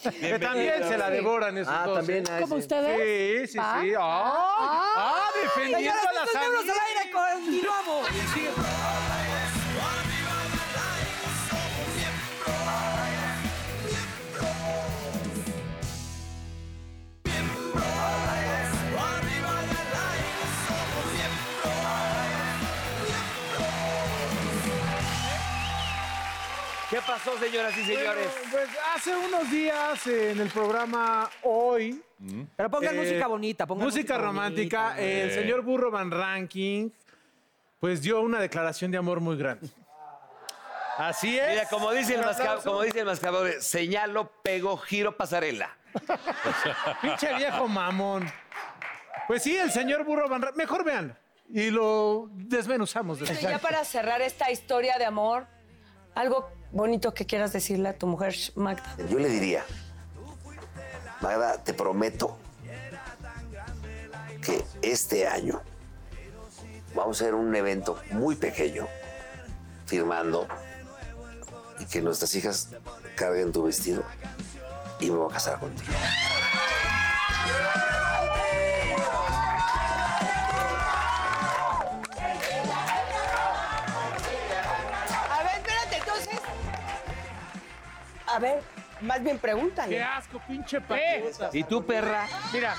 Speaker 3: Que también se la devoran esos
Speaker 2: Ah,
Speaker 3: dos.
Speaker 2: también a
Speaker 6: Como
Speaker 2: ese.
Speaker 6: ustedes.
Speaker 3: Sí, sí, sí.
Speaker 6: Ah.
Speaker 3: ¡Ay! ¡Ah! defendiendo
Speaker 1: Señores,
Speaker 3: a las
Speaker 1: estos miembros
Speaker 3: amigas.
Speaker 1: al aire, continuamos.
Speaker 2: ¿Qué pasó, señoras y señores?
Speaker 3: Bueno, pues hace unos días eh, en el programa Hoy.
Speaker 1: Pero pongan
Speaker 3: eh,
Speaker 1: música bonita, pongan
Speaker 3: música, romántica.
Speaker 1: bonita.
Speaker 3: eh, El señor Burro Van Ranking, pues dio una declaración de amor muy grande. Así es.
Speaker 8: Mira, como dice el
Speaker 3: Un
Speaker 8: mascabo,
Speaker 3: aplauso.
Speaker 8: como dice el mascabo, señalo, pego, giro, pasarela.
Speaker 3: Pinche viejo mamón. Pues sí, el señor Burro Van Ranking. Mejor vean. Y lo desmenuzamos. después.
Speaker 9: Ya para cerrar esta historia de amor, algo bonito que quieras decirle a tu mujer, Magda.
Speaker 10: Yo le diría, Magda, te prometo que este año vamos a hacer un evento muy pequeño, firmando, y que nuestras hijas carguen tu vestido y me voy a casar contigo.
Speaker 9: A ver, espérate, entonces. A ver, más bien
Speaker 4: Qué
Speaker 9: pregúntale.
Speaker 4: asco, pinche paqueta.
Speaker 8: ¿Y tú, perra?
Speaker 4: Eh. Mira,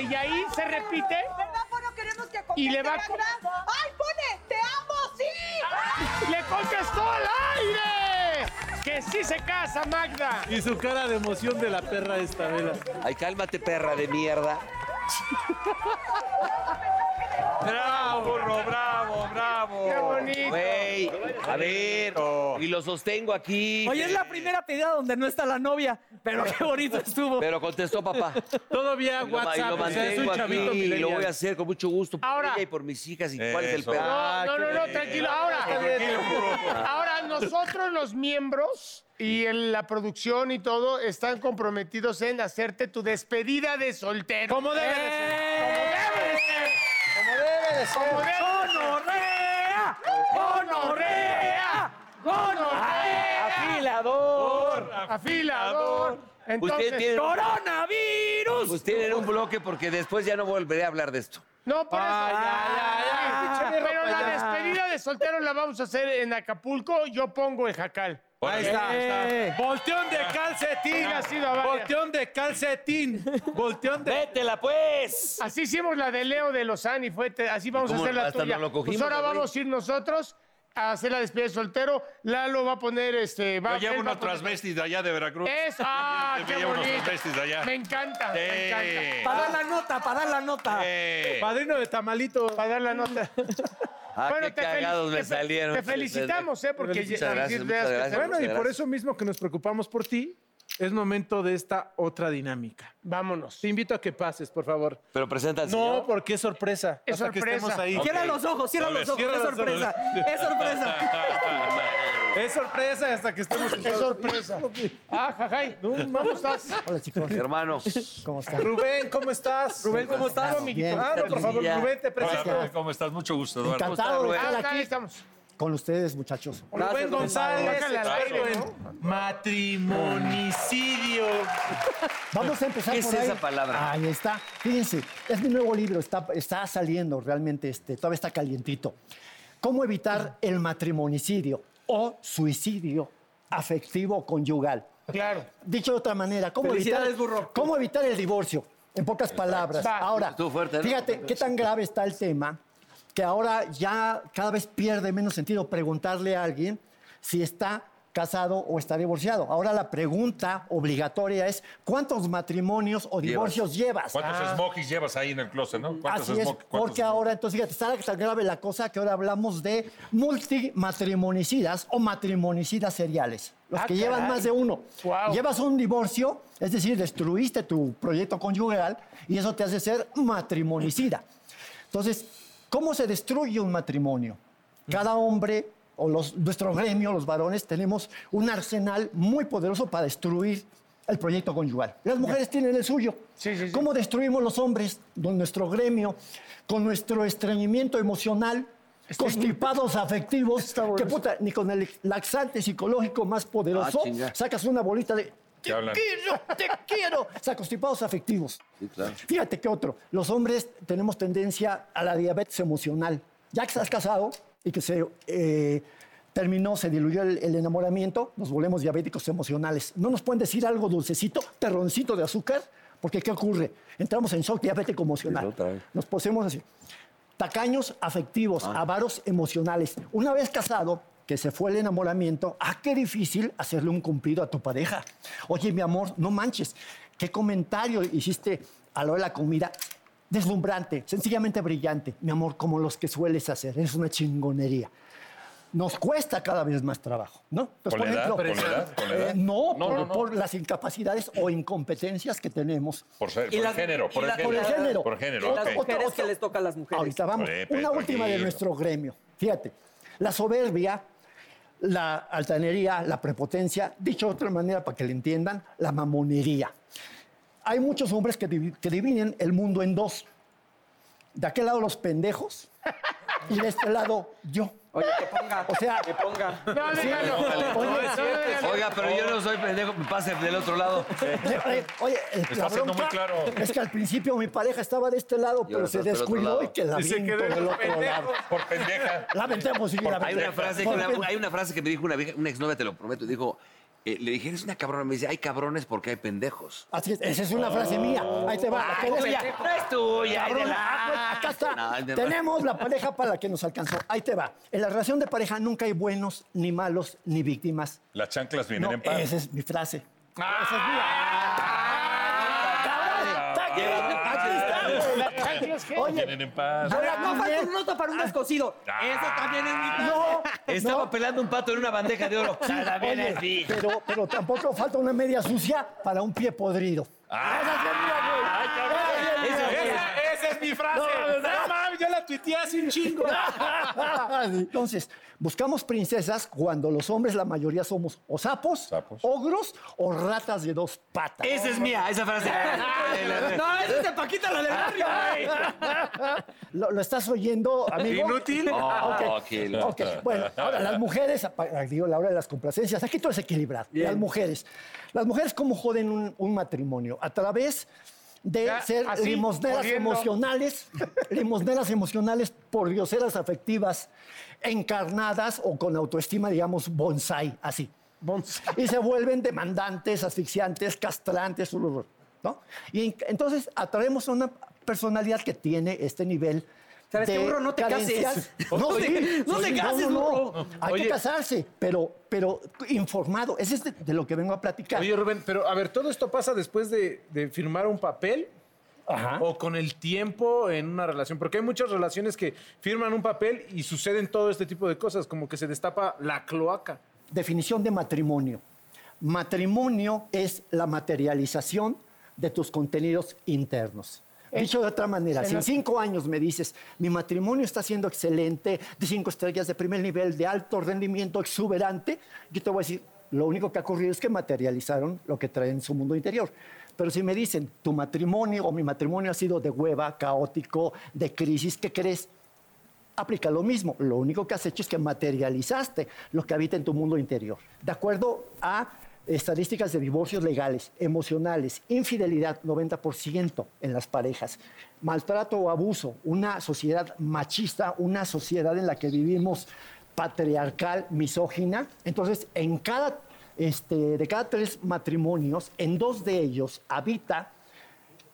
Speaker 4: y ahí se repite.
Speaker 9: no queremos que
Speaker 4: Y le va a co-
Speaker 9: ¡Ay, pone! ¡Te amo, sí!
Speaker 4: ¡Le contestó al aire! ¡Que sí se casa, Magda!
Speaker 3: Y su cara de emoción de la perra esta vela.
Speaker 8: Ay, cálmate, perra de mierda.
Speaker 5: Bravo, burro, bravo, bravo.
Speaker 4: ¡Qué bonito!
Speaker 8: Oh, Güey, a ver, y lo sostengo aquí.
Speaker 1: Oye, es
Speaker 3: Eh,
Speaker 1: la primera pedida donde no está la novia, pero qué bonito estuvo.
Speaker 8: Pero contestó papá.
Speaker 3: Todavía
Speaker 8: Y lo, ma- y lo
Speaker 3: WhatsApp.
Speaker 4: pues,
Speaker 3: o sea, es un
Speaker 8: mantengo aquí
Speaker 3: chavito
Speaker 8: y lo
Speaker 3: millennial.
Speaker 8: voy a hacer con mucho gusto por
Speaker 4: Ahora.
Speaker 8: ella y por mis hijas. ¿Y cuál es el
Speaker 5: Eso.
Speaker 8: perro?
Speaker 4: No, no, no, no, tranquilo. Ahora, ahora nosotros los miembros y en la producción y todo están comprometidos en hacerte tu despedida de soltero.
Speaker 3: Como debe de ser.
Speaker 4: Como debe de ser. Como debe de ser.
Speaker 1: ¡Gonorrea! ¡Gonorrea! ¡Gonorrea!
Speaker 8: ¡Afilador!
Speaker 4: Afilador.
Speaker 8: Usted
Speaker 4: Entonces,
Speaker 8: tiene,
Speaker 1: ¡Coronavirus!
Speaker 8: pues tienen un bloque porque después ya no volveré a hablar de esto.
Speaker 4: no, por eso.
Speaker 3: Ay, ay, ay, ay,
Speaker 4: Sí,
Speaker 3: pinche perro
Speaker 4: Pero la
Speaker 3: payaso.
Speaker 4: despedida de soltero la vamos a hacer en Acapulco. Yo pongo el jacal.
Speaker 3: Ahí está, ahí está. Volteón de calcetín.
Speaker 4: Eh. Ha sido a varias.
Speaker 3: Volteón de calcetín. Volteón de.
Speaker 8: ¡Vétela, pues!
Speaker 4: Así hicimos la de Leo de Lozán y fue te- así vamos a
Speaker 8: cómo
Speaker 4: hacer la
Speaker 8: hasta
Speaker 4: tuya.
Speaker 8: no lo
Speaker 4: pues
Speaker 8: cogimos,
Speaker 4: ahora
Speaker 8: güey?
Speaker 4: vamos a ir nosotros a hacer la despedida de soltero. Lalo va a poner este.
Speaker 5: Yo
Speaker 4: Va,
Speaker 5: llevo
Speaker 4: él va a
Speaker 5: unos
Speaker 4: poner-
Speaker 5: transvestis de allá de Veracruz.
Speaker 4: Es. ¡Ah!
Speaker 5: Yo
Speaker 4: ¡Qué
Speaker 5: llevo unos
Speaker 4: bonito!
Speaker 5: transvestis de allá.
Speaker 4: Me encanta, me encanta.
Speaker 5: Sí.
Speaker 1: Para
Speaker 3: ah.
Speaker 1: dar la nota, para dar la nota.
Speaker 3: Eh,
Speaker 5: Sí.
Speaker 3: Padrino de tamalito.
Speaker 4: Para dar la nota.
Speaker 8: Ah, qué
Speaker 4: fel-
Speaker 8: cagados me
Speaker 4: te fel-
Speaker 8: salieron.
Speaker 4: Te felicitamos, ¿eh? Porque
Speaker 8: Muchas
Speaker 4: ya-
Speaker 8: gracias,
Speaker 4: veas
Speaker 8: muchas
Speaker 4: que
Speaker 8: gracias.
Speaker 4: tenemos-
Speaker 3: Bueno, y
Speaker 8: muchas
Speaker 3: por
Speaker 8: gracias.
Speaker 3: eso mismo que nos preocupamos por ti, es momento de esta otra dinámica.
Speaker 4: Vámonos.
Speaker 3: Te invito a que pases, por favor.
Speaker 8: Pero presenta al señor.
Speaker 3: No, porque es sorpresa.
Speaker 4: Es
Speaker 3: hasta que
Speaker 4: sorpresa.
Speaker 3: estemos ahí.
Speaker 1: Cierra los ojos, cierra los ojos.
Speaker 3: Cierra
Speaker 1: es
Speaker 3: los
Speaker 1: sorpresa,
Speaker 5: [LAUGHS]
Speaker 1: es sorpresa.
Speaker 3: Es sorpresa hasta que estemos
Speaker 4: ¡Qué sorpresa! ¡Ah, jajay! ¿Cómo estás?
Speaker 7: Hola chicos,
Speaker 10: Hermano,
Speaker 7: ¿cómo están?
Speaker 3: Rubén, ¿cómo estás? Rubén, ¿cómo estás?
Speaker 7: Bien.
Speaker 3: Claro, por favor,
Speaker 8: Ya.
Speaker 3: Rubén, te
Speaker 5: Hola,
Speaker 3: presento.
Speaker 5: Rubén, ¿cómo estás? Mucho gusto, Eduardo.
Speaker 7: Encantado de
Speaker 4: Ah,
Speaker 7: estar
Speaker 4: acá
Speaker 7: aquí
Speaker 4: estamos.
Speaker 7: con ustedes, muchachos.
Speaker 3: Rubén González,
Speaker 4: Bájale al aire,
Speaker 3: experto en matrimonicidio.
Speaker 7: Vamos a empezar
Speaker 8: ¿Qué es
Speaker 7: por ahí.
Speaker 8: esa palabra?
Speaker 7: Ahí está. Fíjense, es mi nuevo libro, está, está saliendo realmente, este, todavía está calientito. ¿Cómo evitar el matrimonicidio o suicidio afectivo conyugal?
Speaker 4: Claro.
Speaker 7: Dicho de otra manera, ¿cómo, evitar,
Speaker 1: Felicidades, burro.
Speaker 7: ¿cómo evitar el divorcio? En pocas palabras.
Speaker 4: Va.
Speaker 7: Ahora,
Speaker 10: Estuvo fuerte, ¿no?
Speaker 7: fíjate qué tan grave está el tema que ahora ya cada vez pierde menos sentido preguntarle a alguien si está casado o está divorciado. Ahora la pregunta obligatoria es ¿cuántos matrimonios o divorcios llevas?
Speaker 5: ¿Cuántos smokies llevas ahí en el closet, no? ¿Cuántos
Speaker 7: Así es,
Speaker 5: smokies? ¿Cuántos
Speaker 7: porque ahora, entonces, fíjate, está tan grave la cosa que ahora hablamos de multimatrimonicidas o matrimonicidas seriales. Los
Speaker 4: Ah,
Speaker 7: que llevan
Speaker 4: caray.
Speaker 7: más de uno.
Speaker 4: Guau.
Speaker 7: Llevas un divorcio, es decir, destruiste tu proyecto conyugal y eso te hace ser matrimonicida. Entonces, ¿cómo se destruye un matrimonio? Cada hombre o los, nuestro gremio, los varones, tenemos un arsenal muy poderoso para destruir el proyecto conyugal. Las mujeres tienen el suyo.
Speaker 4: Sí, sí, sí.
Speaker 7: ¿Cómo destruimos los hombres con nuestro gremio, con nuestro estreñimiento emocional, constipados afectivos? Que puta, ni con el laxante psicológico más poderoso
Speaker 10: Ah, chinga.
Speaker 7: sacas una bolita de
Speaker 5: ¿Qué hablan?
Speaker 7: quiero, te quiero. O sea, constipados afectivos.
Speaker 10: Sí, claro.
Speaker 7: Fíjate que otro. Los hombres tenemos tendencia a la diabetes emocional. Ya que estás casado y que se eh, terminó, se diluyó el, el enamoramiento, nos volvemos diabéticos emocionales. No nos pueden decir algo dulcecito, terroncito de azúcar, porque ¿qué ocurre? Entramos en shock diabético
Speaker 10: Sí,
Speaker 7: emocional.
Speaker 10: otra vez.
Speaker 7: Nos poseemos así. Tacaños afectivos, avaros emocionales. Una vez casado, que se fue el enamoramiento, ah, qué difícil hacerle un cumplido a tu pareja. Oye, mi amor, no manches, qué comentario hiciste a lo de la comida. Deslumbrante, sencillamente brillante, mi amor, como los que sueles hacer. Es una chingonería. Nos cuesta cada vez más trabajo, ¿no? Entonces,
Speaker 5: ¿Con la edad? ¿Con la edad? ¿Con la
Speaker 7: eh,
Speaker 5: edad?
Speaker 7: no,
Speaker 5: No,
Speaker 7: por,
Speaker 5: no, no.
Speaker 7: por las incapacidades o incompetencias que tenemos
Speaker 5: Por, ser,
Speaker 1: Y
Speaker 5: por
Speaker 1: las-
Speaker 5: género, por
Speaker 1: y
Speaker 5: el
Speaker 1: la-
Speaker 5: género.
Speaker 7: por el género.
Speaker 5: Por género,
Speaker 1: Y las
Speaker 5: ok.
Speaker 1: mujeres
Speaker 7: Otra-
Speaker 1: que les toca a las mujeres.
Speaker 7: Ahorita vamos.
Speaker 5: Oye, pero
Speaker 7: Una última de
Speaker 5: tranquilo.
Speaker 7: nuestro gremio. Fíjate, la soberbia, la altanería, la prepotencia, dicho de otra manera para que le entiendan, la mamonería. Hay muchos hombres que, divi- que dividen el mundo en dos. De aquel lado los pendejos y de este lado yo.
Speaker 1: Oye, que ponga.
Speaker 7: O sea,
Speaker 1: que ponga.
Speaker 4: No, déjalo. No, déjalo.
Speaker 8: Oiga, pero yo no soy pendejo, me pase del otro lado.
Speaker 7: Oye, eh, oye, el- la
Speaker 5: siendo
Speaker 7: bronca
Speaker 5: muy claro.
Speaker 7: es que al principio mi pareja estaba de este lado, pero se
Speaker 10: estás del otro
Speaker 7: descuidó
Speaker 10: lado.
Speaker 7: y que la viento del otro lado.
Speaker 5: Por pendeja.
Speaker 7: La aventemos y la
Speaker 10: Hay una,
Speaker 7: aventemos.
Speaker 10: frase que
Speaker 7: Por
Speaker 10: una-
Speaker 7: pendejo.
Speaker 10: hay una frase que me dijo una, vieja, una exnovia, te lo prometo, dijo, eh, le dije, eres una cabrona, me dice, hay cabrones porque hay pendejos.
Speaker 7: Así es, esa es una frase mía. Ahí te va. aquel es mía.
Speaker 8: Oh, No es tuya.
Speaker 7: Cabrón, ah, pues, acá está.
Speaker 10: No, es de-
Speaker 7: Tenemos la pareja para la que nos alcanzó. Ahí te va. En la relación de pareja nunca hay buenos, ni malos, ni víctimas.
Speaker 5: Las chanclas vienen
Speaker 7: No,
Speaker 5: en paz.
Speaker 7: esa es mi frase.
Speaker 1: Ah.
Speaker 7: Esa es mía. Cabrón,
Speaker 1: Ah.
Speaker 7: está aquí, aquí está.
Speaker 4: Chanclas, ¿qué?
Speaker 7: Oye,
Speaker 5: Vienen en paz.
Speaker 1: Ahora, no
Speaker 7: también.
Speaker 1: falta un nota para un descocido. Eso también es mi
Speaker 7: no,
Speaker 8: Estaba
Speaker 7: no,
Speaker 8: pelando un pato en una bandeja de
Speaker 1: [LAUGHS]
Speaker 8: oro. Cada vez
Speaker 7: oye,
Speaker 8: así.
Speaker 7: pero, pero tampoco falta una media sucia para un pie
Speaker 1: [LAUGHS]
Speaker 7: podrido.
Speaker 8: Esa es-
Speaker 3: Esa es mi frase. No, mames, yo la tuiteé hace un [LAUGHS] chingo.
Speaker 7: Entonces, buscamos princesas cuando los hombres, la mayoría, somos o sapos,
Speaker 5: Sapos.
Speaker 7: ogros o ratas de dos patas.
Speaker 1: Eh.
Speaker 8: Esa es mía, esa frase.
Speaker 1: [LAUGHS] No, ese es de Paquita, la del barrio.
Speaker 7: ¿Lo, lo estás oyendo, amigo?
Speaker 3: Inútil.
Speaker 7: Ah, ok.
Speaker 10: Oh, qué loco.
Speaker 7: Ok, Bueno, ahora, las mujeres, apa- digo, la hora de las complacencias, aquí todo es equilibrado. Las mujeres. Las mujeres, ¿cómo joden un, un matrimonio? A través de
Speaker 4: Ya,
Speaker 7: ser
Speaker 4: así,
Speaker 7: limosneras
Speaker 4: jodiendo.
Speaker 7: emocionales, limosneras emocionales por dioseras afectivas, encarnadas o con autoestima, digamos, bonsai, así. y se vuelven demandantes, asfixiantes, castrantes, ¿no? Y en- entonces atraemos a una personalidad que tiene este nivel
Speaker 1: ¿Sabes
Speaker 7: de
Speaker 1: qué, burro? No te
Speaker 7: carencias.
Speaker 1: cases.
Speaker 7: No,
Speaker 1: No te-
Speaker 7: sí,
Speaker 1: no te
Speaker 7: sí,
Speaker 1: cases,
Speaker 7: no.
Speaker 1: burro.
Speaker 7: Hay
Speaker 3: Oye.
Speaker 7: que casarse, pero, pero informado. Ese es de, de lo que vengo a platicar.
Speaker 3: Oye, Rubén, pero a ver, ¿todo esto pasa después de, de firmar un papel?
Speaker 7: Ajá.
Speaker 3: O con el tiempo en una relación. Porque hay muchas relaciones que firman un papel y suceden todo este tipo de cosas, como que se destapa la cloaca.
Speaker 7: Definición de matrimonio. Matrimonio es la materialización de tus contenidos internos. Dicho de otra manera, si en cinco años me dices, mi matrimonio está siendo excelente, de cinco estrellas de primer nivel, de alto rendimiento, exuberante, yo te voy a decir, lo único que ha ocurrido es que materializaron lo que traen en su mundo interior. Pero si me dicen, tu matrimonio o mi matrimonio ha sido de hueva, caótico, de crisis, ¿qué crees? aplica lo mismo. Lo único que has hecho es que materializaste lo que habita en tu mundo interior. De acuerdo a estadísticas de divorcios legales, emocionales, infidelidad, 90% en las parejas, maltrato o abuso, una sociedad machista, una sociedad en la que vivimos patriarcal, misógina. Entonces, en cada, este, de cada tres matrimonios, en dos de ellos habita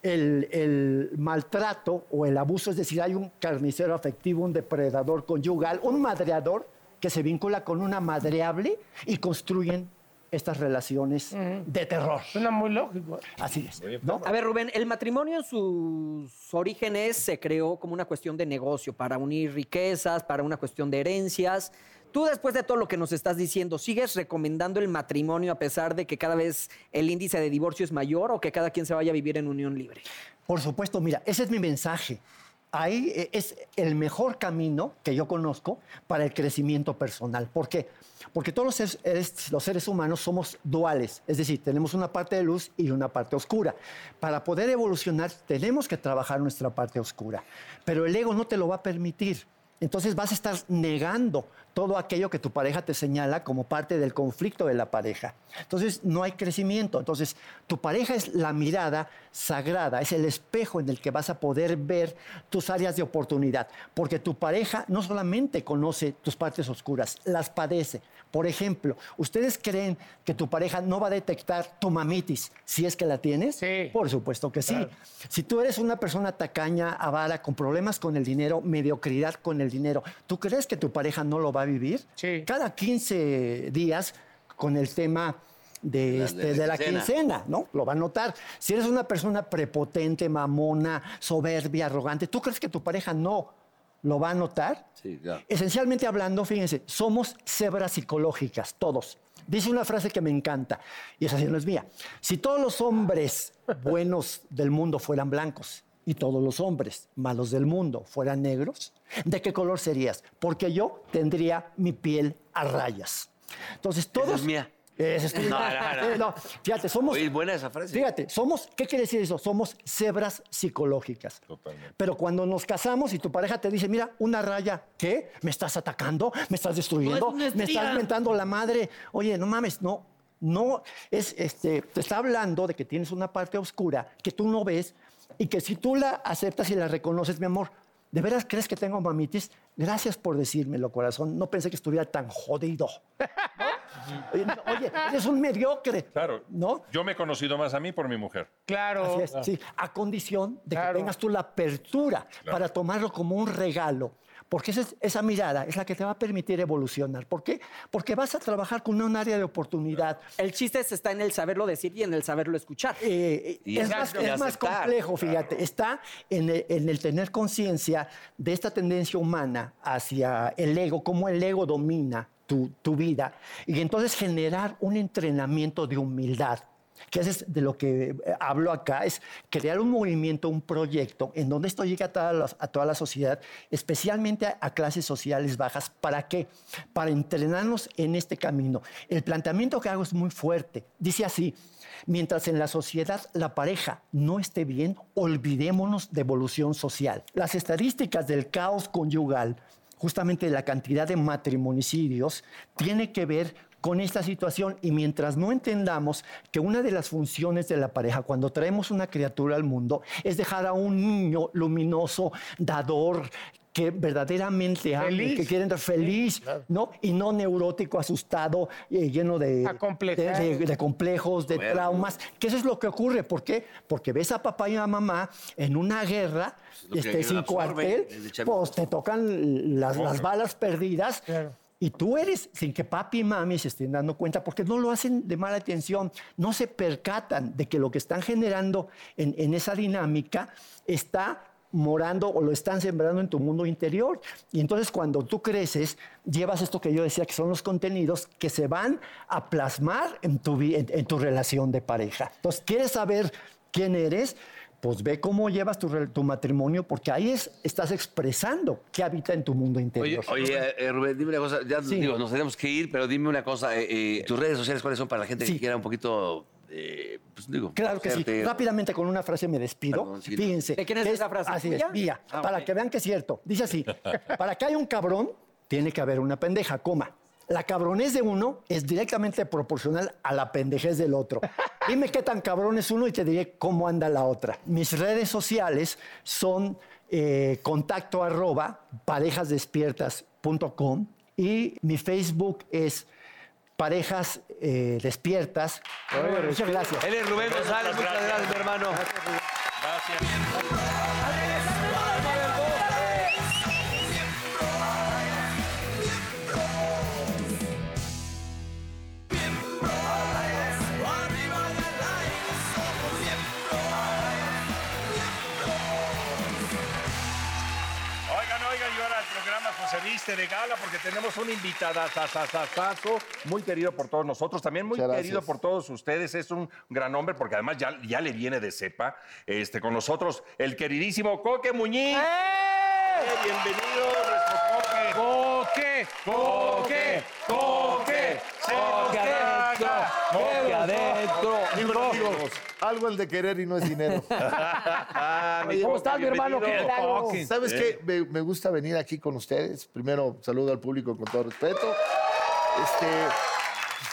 Speaker 7: el, el maltrato o el abuso, es decir, hay un carnicero afectivo, un depredador conyugal, un madreador que se vincula con una madreable y construyen estas relaciones de terror.
Speaker 4: [LAUGHS] Suena muy lógico.
Speaker 7: Así es. ¿no?
Speaker 1: A ver, Rubén, el matrimonio en sus orígenes se creó como una cuestión de negocio, para unir riquezas, para una cuestión de herencias. Tú, después de todo lo que nos estás diciendo, ¿sigues recomendando el matrimonio a pesar de que cada vez el índice de divorcio es mayor o que cada quien se vaya a vivir en unión libre?
Speaker 7: Por supuesto, mira, ese es mi mensaje. Ahí eh, es el mejor camino que yo conozco para el crecimiento personal. ¿Por qué? Porque todos los seres, eres- los seres humanos somos duales, es decir, tenemos una parte de luz y una parte oscura. Para poder evolucionar tenemos que trabajar nuestra parte oscura, pero el ego no te lo va a permitir. Entonces vas a estar negando todo aquello que tu pareja te señala como parte del conflicto de la pareja. Entonces no hay crecimiento. Entonces tu pareja es la mirada sagrada, es el espejo en el que vas a poder ver tus áreas de oportunidad. Porque tu pareja no solamente conoce tus partes oscuras, las padece. Por ejemplo, ¿ustedes creen que tu pareja no va a detectar tu mamitis si es que la tienes?
Speaker 4: Sí.
Speaker 7: Por supuesto que sí. Si tú eres una persona tacaña, avara, con problemas con el dinero, mediocridad con el dinero, ¿tú crees que tu pareja no lo va a vivir?
Speaker 4: Sí.
Speaker 7: Cada 15 días con el tema de,
Speaker 10: La-
Speaker 7: este,
Speaker 10: de la
Speaker 7: de la
Speaker 10: quincena.
Speaker 7: quincena, ¿no? Lo va a notar. Si eres una persona prepotente, mamona, soberbia, arrogante, ¿tú crees que tu pareja no lo va a notar?
Speaker 10: Sí, ya.
Speaker 7: Esencialmente hablando, fíjense, somos cebras psicológicas, todos. Dice una frase que me encanta, y esa sí no es mía. Si todos los hombres buenos del mundo fueran blancos y todos los hombres malos del mundo fueran negros, ¿de qué color serías? Porque yo tendría mi piel a rayas. Entonces todos...
Speaker 10: es mía.
Speaker 7: Esa
Speaker 10: [LAUGHS]
Speaker 7: es tuya.
Speaker 10: No, no, no.
Speaker 7: Eh, [LAUGHS] no, Fíjate, somos...
Speaker 10: Oye, es buena esa frase.
Speaker 7: Fíjate, somos, ¿qué quiere decir eso? Somos cebras psicológicas. Pero cuando nos casamos y tu pareja te dice, mira, una raya, ¿qué? ¿Me estás atacando? ¿Me estás destruyendo? ¿Me estás mentando la madre? Oye, no mames, no. No, es, este, te está hablando de que tienes una parte oscura que tú no ves y que si tú la aceptas y la reconoces, mi amor, ¿de veras crees que tengo mamitis? Gracias por decírmelo, corazón. No pensé que estuviera tan jodido. ¿No? Oye, no, oye, eres un mediocre.
Speaker 5: Claro.
Speaker 7: ¿No?
Speaker 5: Yo me he conocido más a mí por mi mujer.
Speaker 4: Claro.
Speaker 7: Así es, sí, a condición de
Speaker 4: Claro.
Speaker 7: que tengas tú la apertura para tomarlo como un regalo. Porque esa, es- esa mirada es la que te va a permitir evolucionar. ¿Por qué? Porque vas a trabajar con un área de oportunidad.
Speaker 1: El chiste es- está en el saberlo decir y en el saberlo escuchar.
Speaker 7: Eh,
Speaker 10: Y
Speaker 7: es, más,
Speaker 10: exacto,
Speaker 7: es
Speaker 10: y
Speaker 7: más
Speaker 10: aceptar,
Speaker 7: complejo, fíjate. Está en el, en el tener conciencia de esta tendencia humana hacia el ego, cómo el ego domina tu, tu vida. Y entonces generar un entrenamiento de humildad. Que eso es de lo que eh, hablo acá, es crear un movimiento, un proyecto en donde esto llegue a toda la, a toda la sociedad, especialmente a, a clases sociales bajas. ¿Para qué? Para entrenarnos en este camino. El planteamiento que hago es muy fuerte. Dice así, Mientras en la sociedad la pareja no esté bien, olvidémonos de evolución social. Las estadísticas del caos conyugal, justamente de la cantidad de matrimonicidios, tiene que ver con esta situación y mientras no entendamos que una de las funciones de la pareja cuando traemos una criatura al mundo es dejar a un niño luminoso, dador, que verdaderamente amen,
Speaker 4: Feliz.
Speaker 7: que quieren ser feliz, ¿no? Y no neurótico, asustado, eh, lleno de, de,
Speaker 4: Acomplejado.
Speaker 7: de- de complejos, de
Speaker 4: Bueno.
Speaker 7: traumas. Que eso es lo que ocurre. ¿Por qué? Porque ves a papá y a mamá en una guerra,
Speaker 2: lo que
Speaker 7: este, sin
Speaker 2: absorben
Speaker 7: cuartel,
Speaker 2: desde
Speaker 7: pues
Speaker 2: chamacos.
Speaker 7: te tocan las,
Speaker 2: Claro.
Speaker 7: las balas perdidas. Y tú eres, sin que papi y mami se estén dando cuenta, porque no lo hacen de mala atención, no se percatan de que lo que están generando en, en esa dinámica está morando o lo están sembrando en tu mundo interior. Y entonces cuando tú creces, llevas esto que yo decía, que son los contenidos que se van a plasmar en tu, vi- en- en tu relación de pareja. Entonces, ¿quieres saber quién eres? Pues ve cómo llevas tu, re- tu matrimonio, porque ahí es, estás expresando qué habita en tu mundo
Speaker 2: Oye,
Speaker 7: interior.
Speaker 2: oye, eh, Rubén, dime una cosa. Ya
Speaker 7: Sí.
Speaker 2: digo, nos tenemos que ir, pero dime una cosa. eh, eh, ¿Tus redes sociales cuáles son para la gente que quiera un poquito. eh, pues digo.
Speaker 7: Claro que sí.
Speaker 2: conocerte?
Speaker 7: Rápidamente con una frase me despido.
Speaker 2: Perdón, sí.
Speaker 7: Fíjense.
Speaker 2: ¿De quién es esa frase?
Speaker 7: Así
Speaker 2: ¿Tuya?
Speaker 7: es, mía.
Speaker 2: Ah,
Speaker 7: para
Speaker 2: ok.
Speaker 7: que vean que es cierto. Dice
Speaker 2: [LAUGHS]
Speaker 7: así: para que haya un cabrón, tiene que haber una pendeja, coma. La cabronez de uno es directamente proporcional a la pendejez del otro. Dime qué tan cabrón es uno y te diré cómo anda la otra. Mis redes sociales son eh, contacto arroba parejasdespiertas.com y mi Facebook es parejas eh, despiertas. Muchas gracias.
Speaker 11: Él es Rubén González, muchas gracias, mi hermano.
Speaker 5: Oigan, oigan, y ahora el programa José Viste de Gala porque tenemos un invitada, sasasasazo, muy querido por todos nosotros, también muy
Speaker 12: Muchas gracias.
Speaker 5: querido por todos ustedes, es un gran hombre porque además ya, ya le viene de cepa este, con nosotros el queridísimo Coque Muñiz. Bienvenido, nuestro Coque. Coque, Coque, Coque, se nos haga.
Speaker 13: Coque adentro.
Speaker 14: Mis
Speaker 13: Coque.
Speaker 14: amigos, algo el de querer y no es
Speaker 1: [LAUGHS]
Speaker 14: dinero.
Speaker 5: Ah,
Speaker 13: mi
Speaker 14: Oye,
Speaker 13: ¿Cómo estás, mi hermano? ¿Qué
Speaker 14: bienvenido.
Speaker 13: milagro?
Speaker 14: Coque. ¿Sabes qué? Me, me gusta venir aquí con ustedes. Primero, saludo al público con todo respeto. Este,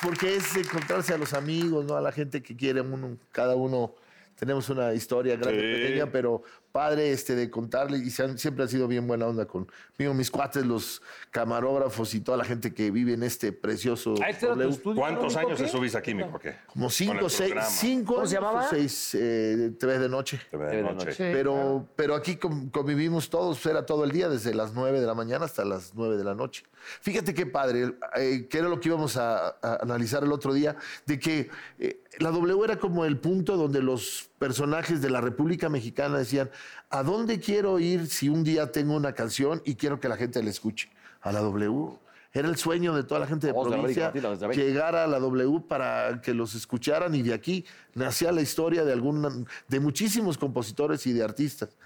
Speaker 14: porque es encontrarse a los amigos, ¿no? A la gente que quiere uno, cada uno. Tenemos una historia grande,
Speaker 5: Sí.
Speaker 14: pequeña, pero padre este, de contarle y se han- siempre han sido bien buena onda con digo, mis cuates, los camarógrafos y toda la gente que vive en este precioso... W.
Speaker 5: ¿Cuántos años estuviste aquí, mi Coque?
Speaker 14: Como
Speaker 5: Con
Speaker 14: cinco,
Speaker 5: el
Speaker 14: seis,
Speaker 5: programa.
Speaker 14: cinco años o seis, eh, TV de noche.
Speaker 5: de TV de noche. noche. Sí,
Speaker 14: Pero, pero aquí com- convivimos todos, era todo el día, desde las nueve de la mañana hasta las nueve de la noche. Fíjate qué padre, eh, que era lo que íbamos a, a analizar el otro día, de que eh, la W era como el punto donde los personajes de la República Mexicana decían, ¿a dónde quiero ir si un día tengo una canción y quiero que la gente la escuche? A la W. Era el sueño de toda la gente de
Speaker 2: Vamos, América
Speaker 14: provincia
Speaker 2: Latina, desde América.
Speaker 14: que llegar a la W para que los escucharan y de aquí nacía la historia de algún de muchísimos compositores y de artistas.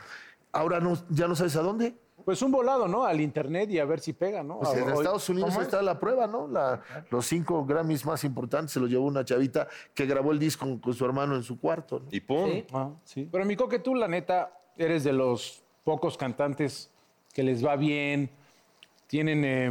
Speaker 14: Ahora no, ya no sabes a dónde.
Speaker 3: Pues un volado, ¿no? Al internet y a ver si pega, ¿no?
Speaker 14: Pues en
Speaker 3: Hoy-
Speaker 14: Estados Unidos
Speaker 3: ¿Cómo es?
Speaker 14: está la prueba, ¿no? La- los cinco Grammys más importantes se los llevó una chavita que grabó el disco con, con su hermano en su cuarto. ¿no?
Speaker 5: Y pum.
Speaker 3: Sí. Pero mi coque, tú la neta eres de los pocos cantantes que les va bien. Tienen eh,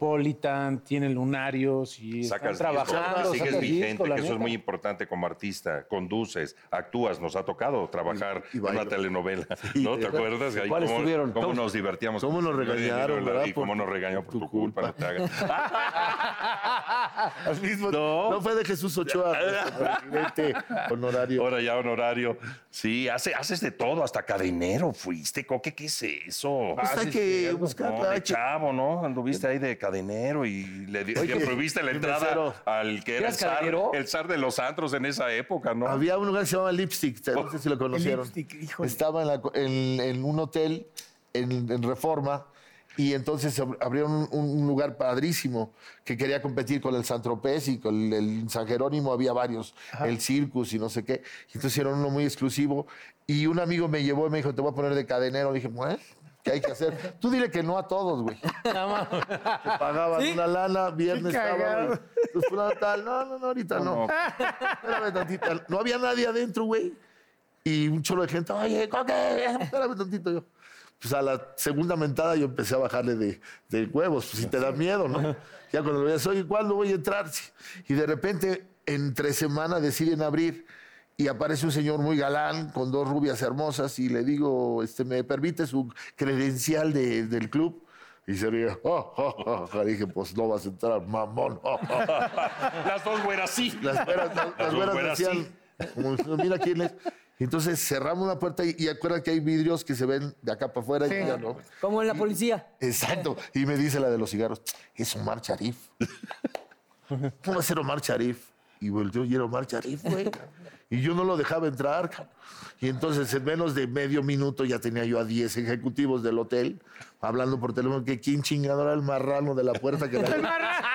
Speaker 3: Metropolitan, tienen Lunarios y
Speaker 5: Sacas
Speaker 3: están
Speaker 5: disco,
Speaker 3: trabajando.
Speaker 5: sigues
Speaker 3: sacas
Speaker 5: vigente,
Speaker 3: disco, la
Speaker 5: que eso es
Speaker 3: neta.
Speaker 5: muy importante como artista. Conduces, actúas, nos ha tocado trabajar en una
Speaker 14: [LAUGHS]
Speaker 5: telenovela. ¿No te
Speaker 14: ¿verdad?
Speaker 5: acuerdas? Ahí
Speaker 14: ¿Cuáles
Speaker 5: cómo,
Speaker 14: tuvieron?
Speaker 5: cómo
Speaker 14: ¿Cómo-
Speaker 5: nos divertíamos.
Speaker 14: cómo nos
Speaker 5: con el dinero
Speaker 14: regañaron,
Speaker 5: de la-
Speaker 14: verdad?
Speaker 5: Y cómo nos regañó por tu culpa. no te hagas.
Speaker 14: [LAUGHS] Al mismo- no. fue de Jesús [LAUGHS] Ochoa, nuestro presidente honorario.
Speaker 5: Ahora ya honorario. Sí, hace- haces de todo, hasta cadenero fuiste, Coque, ¿qué es eso?
Speaker 14: Pues hay que buscar,
Speaker 5: No, de
Speaker 14: hay que-
Speaker 5: chavo, ¿no? Anduviste ahí de cadenero y le, di-
Speaker 14: Oye,
Speaker 5: le prohibiste la
Speaker 14: y
Speaker 5: entrada
Speaker 14: mesero.
Speaker 5: al que era el
Speaker 14: ¿Eras
Speaker 5: zar,
Speaker 14: cadenero?
Speaker 5: el zar de los antros en esa época, ¿no? [LAUGHS]
Speaker 14: Había un lugar que se llamaba Lipstick, no sé si lo conocieron. Estaba en, la co- en- en un hotel en, en Reforma y entonces ab- abrieron un, un lugar padrísimo que quería competir con el San Tropez y con el, el San Jerónimo, había varios, el Circus y no sé qué. Y Entonces hicieron uno muy exclusivo y un amigo me llevó y me dijo, te voy a poner de cadenero. Le dije, bueno, ¿qué hay que hacer? [LAUGHS] Tú dile que no a todos, güey. Te pagaban una lana, viernes,
Speaker 13: Qué cagado.
Speaker 14: sábado. Entonces, fulano tal, no, no, no, ahorita no. Espérame tantito. No había nadie adentro, güey. Y un cholo de gente, oye, coque, espérame tantito yo. Pues a la segunda mentada yo empecé a bajarle de, de huevos, pues si te da miedo, ¿no? Ya cuando lo veas, oye, ¿cuándo voy a entrar? Sí. Y de repente, entre semana deciden abrir y aparece un señor muy galán con dos rubias hermosas y le digo, este, ¿me permite su credencial de- del club? Y se ríe, [LAUGHS] "Ja, ja, ja, ja". dije, pues no vas a entrar, mamón. [LAUGHS]
Speaker 15: Las dos güeras sí.
Speaker 14: Las güeras, las, las güeras decían, como, mira quién es. Entonces cerramos la puerta y, y acuerda que hay vidrios que se ven de acá para afuera y ya no.
Speaker 1: Como en la policía.
Speaker 14: Exacto. Y me dice la de los cigarros, es Omar Sharif. ¿Cómo va a ser Omar Sharif? Y volteó y era Omar Sharif, güey. Y yo no lo dejaba entrar. cabrón. Y entonces en menos de medio minuto ya tenía yo a 10 ejecutivos del hotel hablando por teléfono que quién chingado era el marrano de la puerta que la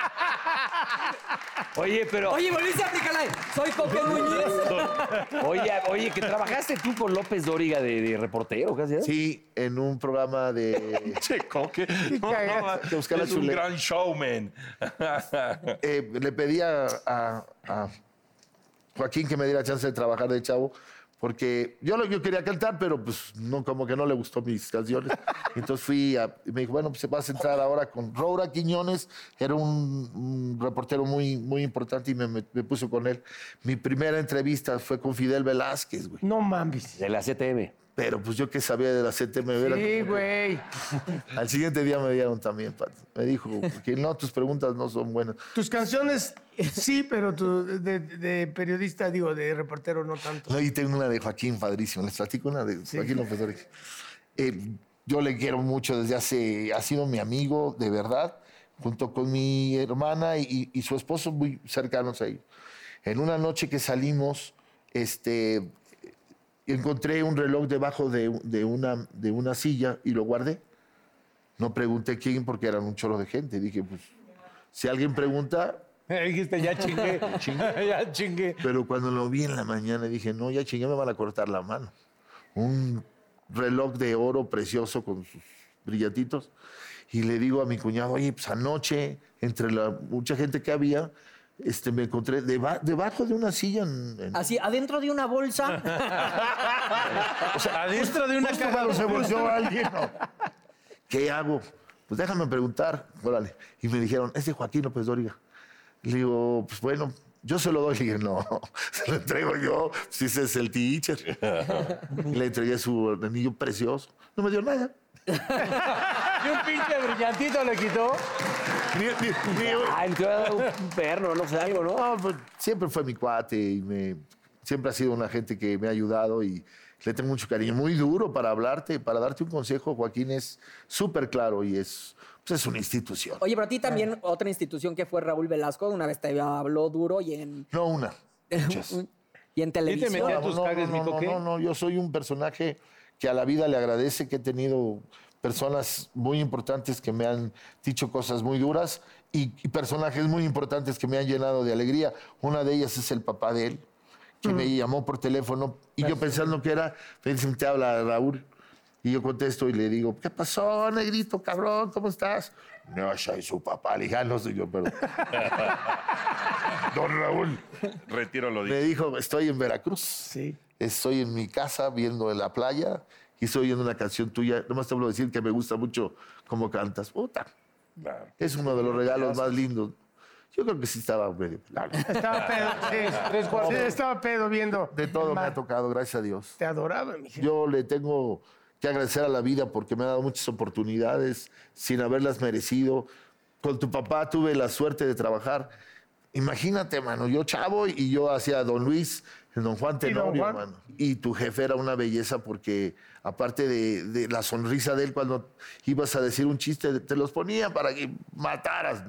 Speaker 8: Oye, pero.
Speaker 1: Oye, volviste a aplicarla. de, Soy Coque Muñiz.
Speaker 8: Oye, oye, que trabajaste tú con López Dóriga de, de reportero, casi.
Speaker 4: ¿eh?
Speaker 14: Sí, en un programa de.
Speaker 15: [LAUGHS] Checo, que.
Speaker 14: no, no, de buscar la
Speaker 15: es un
Speaker 14: chuleta.
Speaker 15: gran showman.
Speaker 14: [LAUGHS] Eh, le pedí a, a- a Joaquín que me diera chance de trabajar de chavo, porque yo lo yo quería cantar, pero pues no, como que no le gustó mis canciones. Entonces fui a, y me dijo, bueno, pues vas a entrar ahora con Roura Quiñones, era un, un reportero muy, muy importante y me, me- me puso con él. Mi primera entrevista fue con Fidel Velázquez, güey.
Speaker 4: No mames.
Speaker 14: De la CTM. Pero pues yo que sabía de la CTM, era
Speaker 4: Sí,
Speaker 14: como que-
Speaker 4: güey.
Speaker 14: [LAUGHS] al siguiente día me dieron también, Pat. Me dijo, porque no, tus preguntas no son buenas.
Speaker 4: Tus canciones, sí, pero tu, de, de periodista, digo, de reportero, no tanto.
Speaker 14: No, y tengo una de Joaquín padrísima. Les platico una de Joaquín López Dóriga. Eh, yo le quiero mucho desde hace... Ha sido mi amigo, de verdad, junto con mi hermana y, y su esposo muy cercanos a ellos. En una noche que salimos, este, encontré un reloj debajo de, de una, de una silla y lo guardé. No pregunté quién porque eran un chorro de gente. Dije, pues, si alguien pregunta...
Speaker 3: [LAUGHS] Dijiste, ya
Speaker 5: [LAUGHS]
Speaker 3: chingué, [LAUGHS] ya chingué.
Speaker 14: Pero cuando lo vi en la mañana dije, no, ya chingué, me van a cortar la mano. Un reloj de oro precioso con sus brillatitos. Y le digo a mi cuñado, oye, pues anoche, entre la mucha gente que había, este, me encontré deba- debajo de una silla en- en-
Speaker 1: Así, adentro de una bolsa.
Speaker 14: o sea,
Speaker 1: adentro de una
Speaker 14: justo
Speaker 1: caja
Speaker 14: cuando
Speaker 1: de
Speaker 14: se volteó
Speaker 1: fruta.
Speaker 14: alguien. ¿no? ¿Qué hago? Pues déjame preguntar. Órale. Y me dijeron, es de Joaquín López Dóriga. Le digo, pues bueno, yo se lo doy. Le dije, no, [LAUGHS] se lo entrego yo. Si ese es el teacher. Le entregué su anillo precioso. No me dio nada.
Speaker 3: Y un pinche brillantito le quitó.
Speaker 14: Ay, te voy Ah, a dar un perro, no sé, algo, ¿no? pues, siempre fue mi cuate y me, siempre ha sido una gente que me ha ayudado y le tengo mucho cariño. Muy duro para hablarte, para darte un consejo, Joaquín es súper claro y es, pues, es una institución.
Speaker 1: Oye, pero a ti también otra institución que fue Raúl Velasco, una vez te habló duro y en...
Speaker 14: No [LAUGHS] una, muchas.
Speaker 1: Y en televisión.
Speaker 14: no, no, no, no, no, yo soy un personaje que a la vida le agradece que he tenido personas muy importantes que me han dicho cosas muy duras y, y personajes muy importantes que me han llenado de alegría. Una de ellas es el papá de él, que me llamó por teléfono y yo pensando que era, me dicen, te habla Raúl. Y yo contesto y le digo, ¿qué pasó, negrito, cabrón? ¿Cómo estás? No, soy su papá. Le dije, "Ah, no soy yo, [LAUGHS] perdón. Don Raúl.
Speaker 15: Retiro lo
Speaker 14: Me
Speaker 15: dicho.
Speaker 14: dijo, estoy en Veracruz. Estoy en mi casa viendo en la playa y estoy oyendo una canción tuya. Nomás te voy a decir que me gusta mucho cómo cantas. Puta. Es uno de los regalos más lindos. Yo creo que sí estaba medio.
Speaker 4: Estaba pedo,
Speaker 8: [LAUGHS]
Speaker 4: sí.
Speaker 14: Tres cuartos.
Speaker 4: Sí, estaba pedo viendo.
Speaker 14: De todo me ha tocado, gracias a Dios.
Speaker 4: Te adoraba, mi
Speaker 14: Yo le tengo que agradecer a la vida porque me ha dado muchas oportunidades sin haberlas merecido. Con tu papá tuve la suerte de trabajar. Imagínate, mano, yo chavo y yo hacía Don Luis, el Don Juan
Speaker 4: don
Speaker 14: Tenorio,
Speaker 4: Juan.
Speaker 14: mano. Y tu jefe era una belleza porque aparte de, de la sonrisa de él cuando ibas a decir un chiste, te los ponía para que mataras.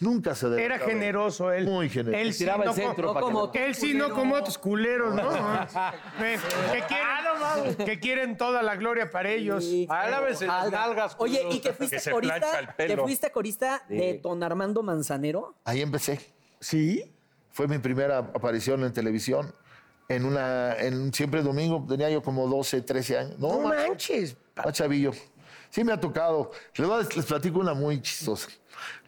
Speaker 14: Nunca se
Speaker 4: Era
Speaker 14: delataba.
Speaker 4: generoso él.
Speaker 14: Muy generoso.
Speaker 4: Él sí, no co- no como, él sí, no como otros culeros,
Speaker 3: [LAUGHS]
Speaker 4: ¿no? que, que
Speaker 3: Ah,
Speaker 4: quieren, que quieren toda la gloria para ellos.
Speaker 1: Alábense las Ojalá. nalgas, Oye, culeros. y que fuiste corista- que fuiste corista de
Speaker 14: Sí.
Speaker 1: Don Armando Manzanero.
Speaker 14: Ahí empecé. ¿Sí? Fue mi primera aparición en televisión. En una, en siempre domingo, tenía yo como 12, 13 años. No, manches. Más chavillo. Sí, me ha tocado. Les, voy a- les platico una muy chistosa.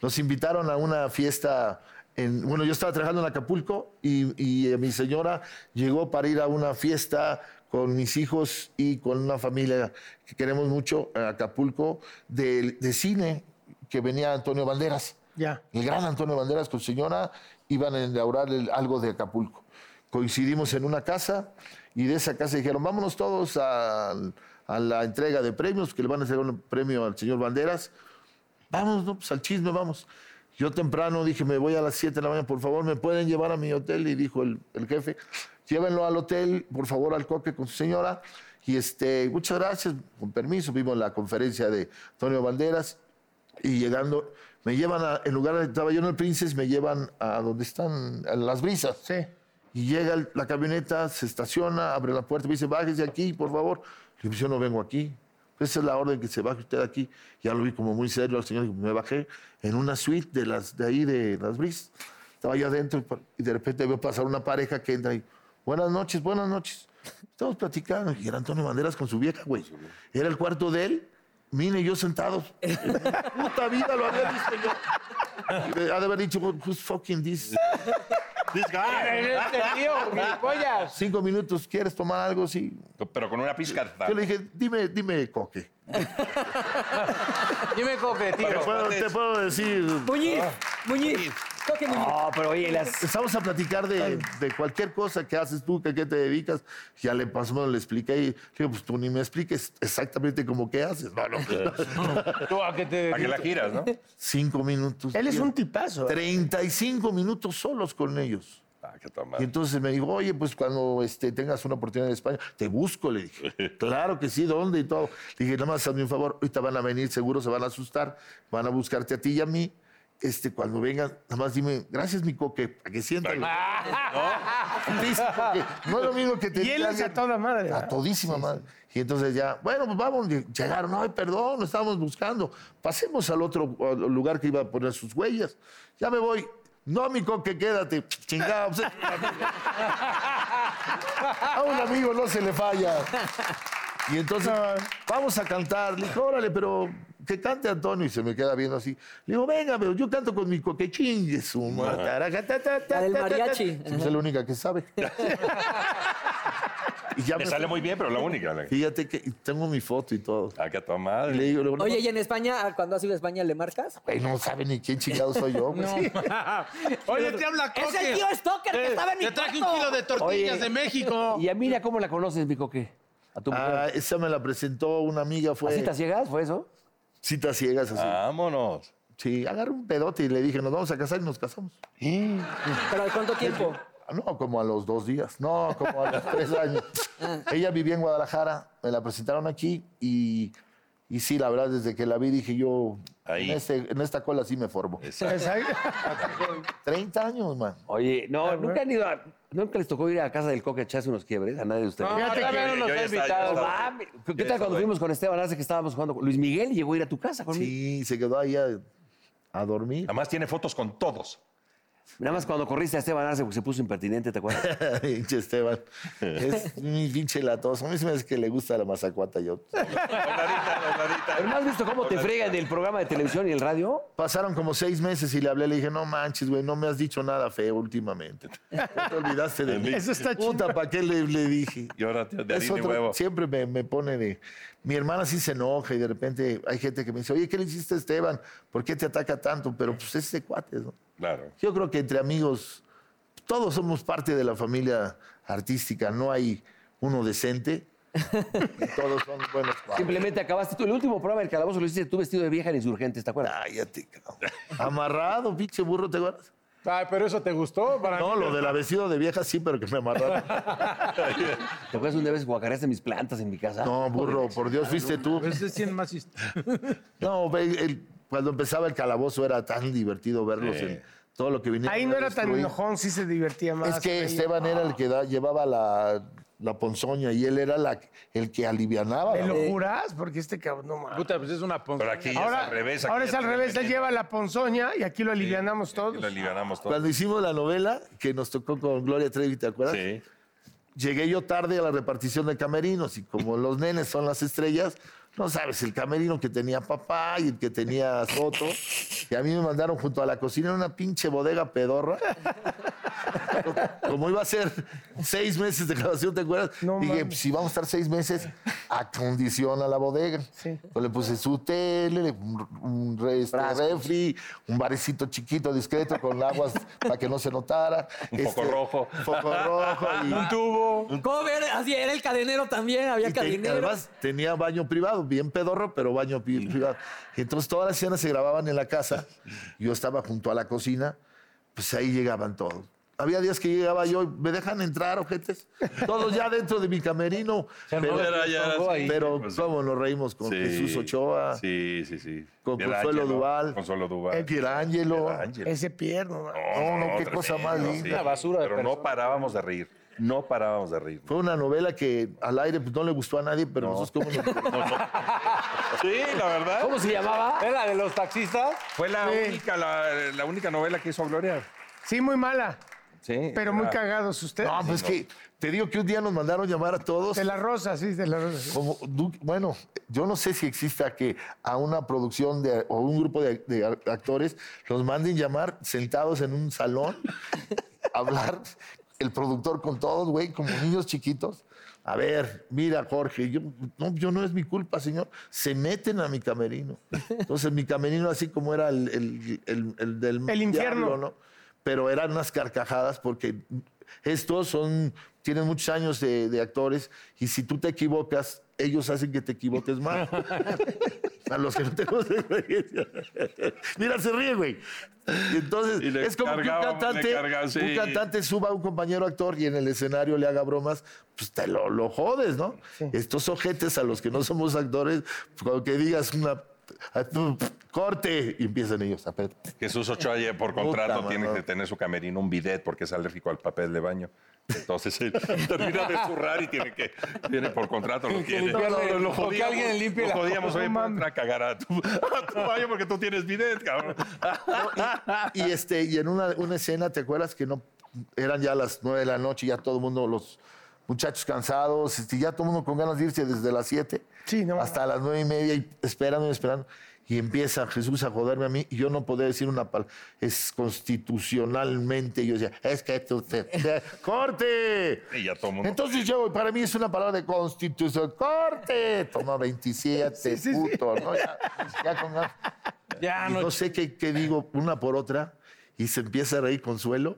Speaker 14: Nos invitaron a una fiesta. En, bueno, yo estaba trabajando en Acapulco y, y, eh, mi señora llegó para ir a una fiesta con mis hijos y con una familia que queremos mucho, a Acapulco, de, de cine, que venía Antonio Banderas.
Speaker 4: Ya.
Speaker 14: El gran Antonio Banderas con su señora iban a inaugurar el- algo de Acapulco. coincidimos en una casa y de esa casa dijeron, vámonos todos al- a, la entrega de premios, que le van a hacer un premio al señor Banderas. Vamos, no, pues al chisme, vamos. Yo temprano dije, me voy a las 7 de la mañana, por favor, ¿me pueden llevar a mi hotel? Y dijo el, el jefe, llévenlo al hotel, por favor, al coque con su señora. Y este, muchas gracias, con permiso, vimos la conferencia de Antonio Banderas y llegando, me llevan a, en lugar donde estaba yo en el Princess, me llevan a donde están a las brisas. Sí. Y llega el- la camioneta, se estaciona, abre la puerta, me dice, bájese aquí, por favor. Le digo, yo no vengo aquí. Esa es la orden que se baje usted aquí. Ya lo vi como muy serio al señor, digo, me bajé en una suite de, las, de ahí de las brisas. Estaba yo adentro y pa- y de repente veo pasar una pareja que entra y, buenas noches, buenas noches. Estamos platicando y era Antonio Banderas con su vieja, güey. Era el cuarto de él, Mina y yo sentados. Puta vida lo había visto yo. Ha de haber dicho, who's fucking this? This Cinco minutos, ¿quieres tomar algo? Sí.
Speaker 15: Pero con una pizcarta.
Speaker 14: Yo le dije, dime, dime, coque.
Speaker 3: Dime, Coque,
Speaker 14: Te puedo, te puedo decir.
Speaker 1: Muñiz,
Speaker 16: Ah.
Speaker 1: Muñiz. Coque Muñiz.
Speaker 14: No, pero oye,
Speaker 15: Pues-
Speaker 14: Empezamos a platicar de, de cualquier cosa que haces tú, que a qué te dedicas. Ya le pasó, bueno, le expliqué y le digo, pues tú ni me expliques exactamente cómo qué haces. No, no.
Speaker 3: ¿Tú a qué te
Speaker 15: A que la giras,
Speaker 14: [LAUGHS]
Speaker 15: ¿no?
Speaker 14: Cinco minutos.
Speaker 15: Él es un ¿eh?
Speaker 14: tipazo. 35 minutos solos con ellos.
Speaker 15: Ah, qué toma.
Speaker 14: Y entonces me dijo, oye, pues cuando este, tengas una oportunidad en España, te busco, le dije. Claro que sí, ¿dónde? Y todo. Le dije, nada más hazme un favor, ahorita van a venir, seguro se van a asustar, van a buscarte a ti y a mí. Este, cuando vengan, nada más dime, gracias, mi coque, para que sientan. Listo, porque no [LAUGHS] es lo mismo que te
Speaker 4: Y él
Speaker 14: diga
Speaker 4: es a
Speaker 14: alguien-
Speaker 4: toda madre.
Speaker 14: a todísima madre. Y entonces ya, bueno, pues vamos, llegaron, ay, perdón, lo estábamos buscando. Pasemos al otro al lugar que iba a poner sus huellas. Ya me voy. No, mi coque, quédate. Chingada. pues, a un amigo no se le falla. Y entonces, vamos a cantar. Le dije, órale, pero que cante Antonio. Y se me queda viendo así. Le digo, venga, pero yo canto con mi coque chingue su madre.
Speaker 3: [LAUGHS]
Speaker 1: La del mariachi.
Speaker 14: Sí, pues, es la única
Speaker 15: [LAUGHS]
Speaker 14: que sabe. y ya
Speaker 15: Me sale muy bien, pero la única. la-
Speaker 14: Fíjate que tengo mi foto y todo.
Speaker 15: Ah, qué toma.
Speaker 14: Y le digo, luego,
Speaker 1: Oye, ¿y en España, ah, cuando has ido a España, le marcas?
Speaker 14: Güey, no sabe ni quién chingado soy yo. güey. Sí.
Speaker 3: Oye, te habla Coque. Eh,
Speaker 1: Es el tío Stoker que estaba en mi
Speaker 3: Te traje un
Speaker 1: cuarto.
Speaker 3: kilo de tortillas
Speaker 1: Oye,
Speaker 3: de México.
Speaker 16: Y a Mira cómo la conoces, mi coque. A tu
Speaker 14: Ah,
Speaker 16: mujer.
Speaker 14: esa me la presentó una amiga. Fue...
Speaker 16: ¿A citas ciegas fue eso?
Speaker 14: Citas ciegas,
Speaker 15: Ah.
Speaker 14: así.
Speaker 15: Vámonos.
Speaker 14: Sí, agarré un pedote y le dije, nos vamos a casar y nos casamos.
Speaker 1: ¿Pero de cuánto tiempo?
Speaker 14: Ah, No, como a los dos días. No, como a los tres años. Ella vivía en Guadalajara, me la presentaron aquí y, y sí, la verdad, desde que la vi dije yo, en, este- en esta cola sí me formo.
Speaker 4: Exacto.
Speaker 14: 30 años, man.
Speaker 16: Oye, no, nunca han ido a- Nunca les tocó ir a casa del coque a echarse unos quiebres a nadie de ustedes.
Speaker 3: No, Fíjate todavía que no nos yo ha ya estaba- invitado. yo estaba-
Speaker 16: Mami,
Speaker 3: yo
Speaker 16: ¿Qué tal
Speaker 3: estaba
Speaker 16: cuando
Speaker 3: ahí.
Speaker 16: fuimos con Esteban Arce que estábamos jugando? con- Luis Miguel llegó a ir a tu casa conmigo.
Speaker 14: Sí, se quedó ahí a,
Speaker 5: [LAUGHS]
Speaker 14: a dormir. [LAUGHS]
Speaker 15: Además tiene fotos con todos.
Speaker 16: Nada más cuando corriste a Esteban Arce porque se puso impertinente, ¿te
Speaker 3: [LAUGHS]
Speaker 16: acuerdas?
Speaker 14: Pinche Esteban. Es mi pinche latoso. A mí se me hace que le gusta la mazacuata yo.
Speaker 16: Pero ¿no has visto cómo te fregan del programa de televisión y el radio?
Speaker 14: Pasaron como seis meses y le hablé, le dije, no manches, güey, no me has dicho nada feo últimamente. No te olvidaste
Speaker 15: [LAUGHS]
Speaker 14: de mí.
Speaker 15: Eso está chido.
Speaker 14: Puta, ¿para qué le, le dije?
Speaker 15: Y ahora tío, de
Speaker 14: Es
Speaker 15: harina y
Speaker 14: otro-
Speaker 15: huevo.
Speaker 14: Siempre me, me pone de... Mi hermana sí se enoja y de repente hay gente que me dice, oye, ¿qué le hiciste a Esteban? ¿Por qué te ataca tanto? Pero pues es de cuates, ¿no?
Speaker 15: Claro.
Speaker 14: Yo creo que entre amigos, todos somos parte de la familia artística, no hay uno
Speaker 15: [LAUGHS]
Speaker 14: decente. todos son buenos cuates.
Speaker 16: Simplemente acabaste tú. El último programa del calabozo lo hiciste tú vestido de vieja en Insurgentes, ¿te acuerdas?
Speaker 14: Cállate, cabrón. Amarrado, pinche burro, ¿te acuerdas?
Speaker 3: Ay, pero eso te gustó para
Speaker 14: No,
Speaker 3: mí. [LAUGHS]
Speaker 14: lo de la vestido de vieja sí, pero que me amarraron.
Speaker 16: ¿Te acuerdas una vez guacareaste mis plantas en mi casa?
Speaker 14: No, burro, por Dios, fuiste tú.
Speaker 3: Ese sí pues es más hist-
Speaker 14: No, ve, el- cuando empezaba el calabozo era tan divertido verlos
Speaker 4: Sí.
Speaker 14: en todo lo que venía.
Speaker 4: Ahí no era tan enojón, sí se divertía más.
Speaker 14: Es que
Speaker 4: reía.
Speaker 14: Esteban era el que da- llevaba la, la ponzoña y él era la- el que alivianaba.
Speaker 4: ¿Me
Speaker 14: la-
Speaker 4: lo juras? Porque este cabrón, no mames.
Speaker 3: Puta, pues es una ponzoña.
Speaker 15: aquí ya es al revés. aquí
Speaker 4: Ahora
Speaker 15: ya
Speaker 4: es al
Speaker 15: tiene
Speaker 4: revés, él
Speaker 15: veneno.
Speaker 4: lleva la ponzoña y aquí lo alivianamos todos.
Speaker 15: Lo alivianamos todos.
Speaker 14: Cuando hicimos la novela que nos tocó con Gloria Trevi, ¿te acuerdas?
Speaker 15: Sí.
Speaker 14: Llegué yo tarde a la repartición de camerinos y como los nenes son las estrellas, no sabes, el camerino que tenía papá y el que tenía Soto. Y a mí me mandaron junto a la cocina en una pinche bodega pedorra. como iba a ser seis meses de grabación, ¿te acuerdas? Dije, pues, si vamos a estar seis meses, acondiciona la bodega. Yo le puse su tele, le- un, un re- este, refri, un barecito chiquito, discreto, con aguas para que no se notara. Este,
Speaker 5: Un foco rojo.
Speaker 14: Foco rojo. y-
Speaker 5: Un tubo.
Speaker 14: Un-
Speaker 13: Cover, así era el cadenero también, había
Speaker 14: y te-
Speaker 13: cadenero.
Speaker 14: además tenía baño privado, bien pedorro, pero baño pi- privado. Y entonces todas las escenas se grababan en la casa. Yo estaba junto a la cocina, pues ahí llegaban todos. Había días que llegaba yo, y, ¿me dejan entrar, ojetes? Todos ya dentro de mi camerino.
Speaker 5: armó
Speaker 14: Pero,
Speaker 5: el ping-pong ahí.
Speaker 14: pero cómo nos reímos con Jesús Ochoa,
Speaker 5: pues, Sí, sí, sí.
Speaker 14: con Consuelo
Speaker 5: Pierangelo,
Speaker 14: Duval, Eh,
Speaker 5: Consuelo Duval.
Speaker 14: Pierangelo.
Speaker 4: Ese pierno.
Speaker 14: Oh, No, no, qué cosa más linda. Una basura de
Speaker 5: Pero no parábamos de reír. No parábamos de reír.
Speaker 14: Fue una novela que al aire pues, no le gustó a nadie, pero nosotros cómo nos...
Speaker 5: [LAUGHS] Sí, la verdad.
Speaker 14: ¿Cómo se llamaba?
Speaker 3: ¿Es la de los taxistas?
Speaker 5: Fue la
Speaker 4: Sí.
Speaker 5: única, la, la única novela que hizo Gloria.
Speaker 4: Sí, muy mala.
Speaker 5: Sí.
Speaker 4: Pero muy cagados ustedes.
Speaker 14: No, pues es que te digo que un día nos mandaron llamar a todos.
Speaker 4: De la rosa, sí, de la rosa.
Speaker 14: Como, du- bueno, yo no sé si exista que a una producción de, o un grupo de, de actores los manden llamar sentados en un salón, [LAUGHS] hablar el productor con todos, güey, como niños chiquitos. A ver, mira, Jorge, yo no, yo no es mi culpa, señor. Se meten a mi camerino. Entonces, mi camerino, así como era el, el- el- el del
Speaker 4: El infierno.
Speaker 14: diablo, ¿no? Pero eran unas carcajadas porque estos son, tienen muchos años de, de actores y si tú te equivocas, ellos hacen que te
Speaker 5: [LAUGHS]
Speaker 14: equivoques más. A los que no tenemos experiencia. Mira, se ríe, güey. Y Entonces,
Speaker 5: Y le
Speaker 14: es como que un
Speaker 5: cargábamos, le
Speaker 14: cantante,
Speaker 5: carga- sí.
Speaker 14: un cantante suba a un compañero actor y en el escenario le haga bromas, pues te lo, lo jodes, ¿no? Estos ojetes a los que no somos actores, pues cuando que digas una... "Ah, Corte y empiezan ellos a pe-
Speaker 5: Jesús
Speaker 14: [LAUGHS]
Speaker 5: Ochoa ya por
Speaker 14: Puta,
Speaker 5: contrato
Speaker 14: mano.
Speaker 5: tiene que tener su camerino un bidet porque es alérgico al papel de baño. Entonces él [LAUGHS] termina de zurrar y tiene que tiene por contrato lo tiene.
Speaker 3: limpiarle- o que
Speaker 5: jodíamos,
Speaker 3: alguien limpie
Speaker 5: lo
Speaker 3: la-
Speaker 5: jodíamos, oye,
Speaker 3: No
Speaker 5: para entrar a cagar a tu, a tu baño porque tú tienes bidet, cabrón. Ah,
Speaker 14: y este y en una, una escena te acuerdas que no eran ya las nueve de la noche ya todo el mundo los muchachos cansados este, ya todo el mundo con ganas de irse desde las siete hasta las nueve y media y esperando y esperando y empieza Jesús a joderme a mí y yo no podía decir una palabra. Es constitucionalmente. Yo decía, es que tú te- te- ¡Corte!
Speaker 5: Y ya todo el mundo.
Speaker 14: Entonces yo, para mí es una palabra de constitución. ¡Corte! Toma 27, puto, ¿no? Ya, ya con ganas.
Speaker 4: Ah,
Speaker 14: Y no, sé qué, qué digo una por otra y se empieza a reír Consuelo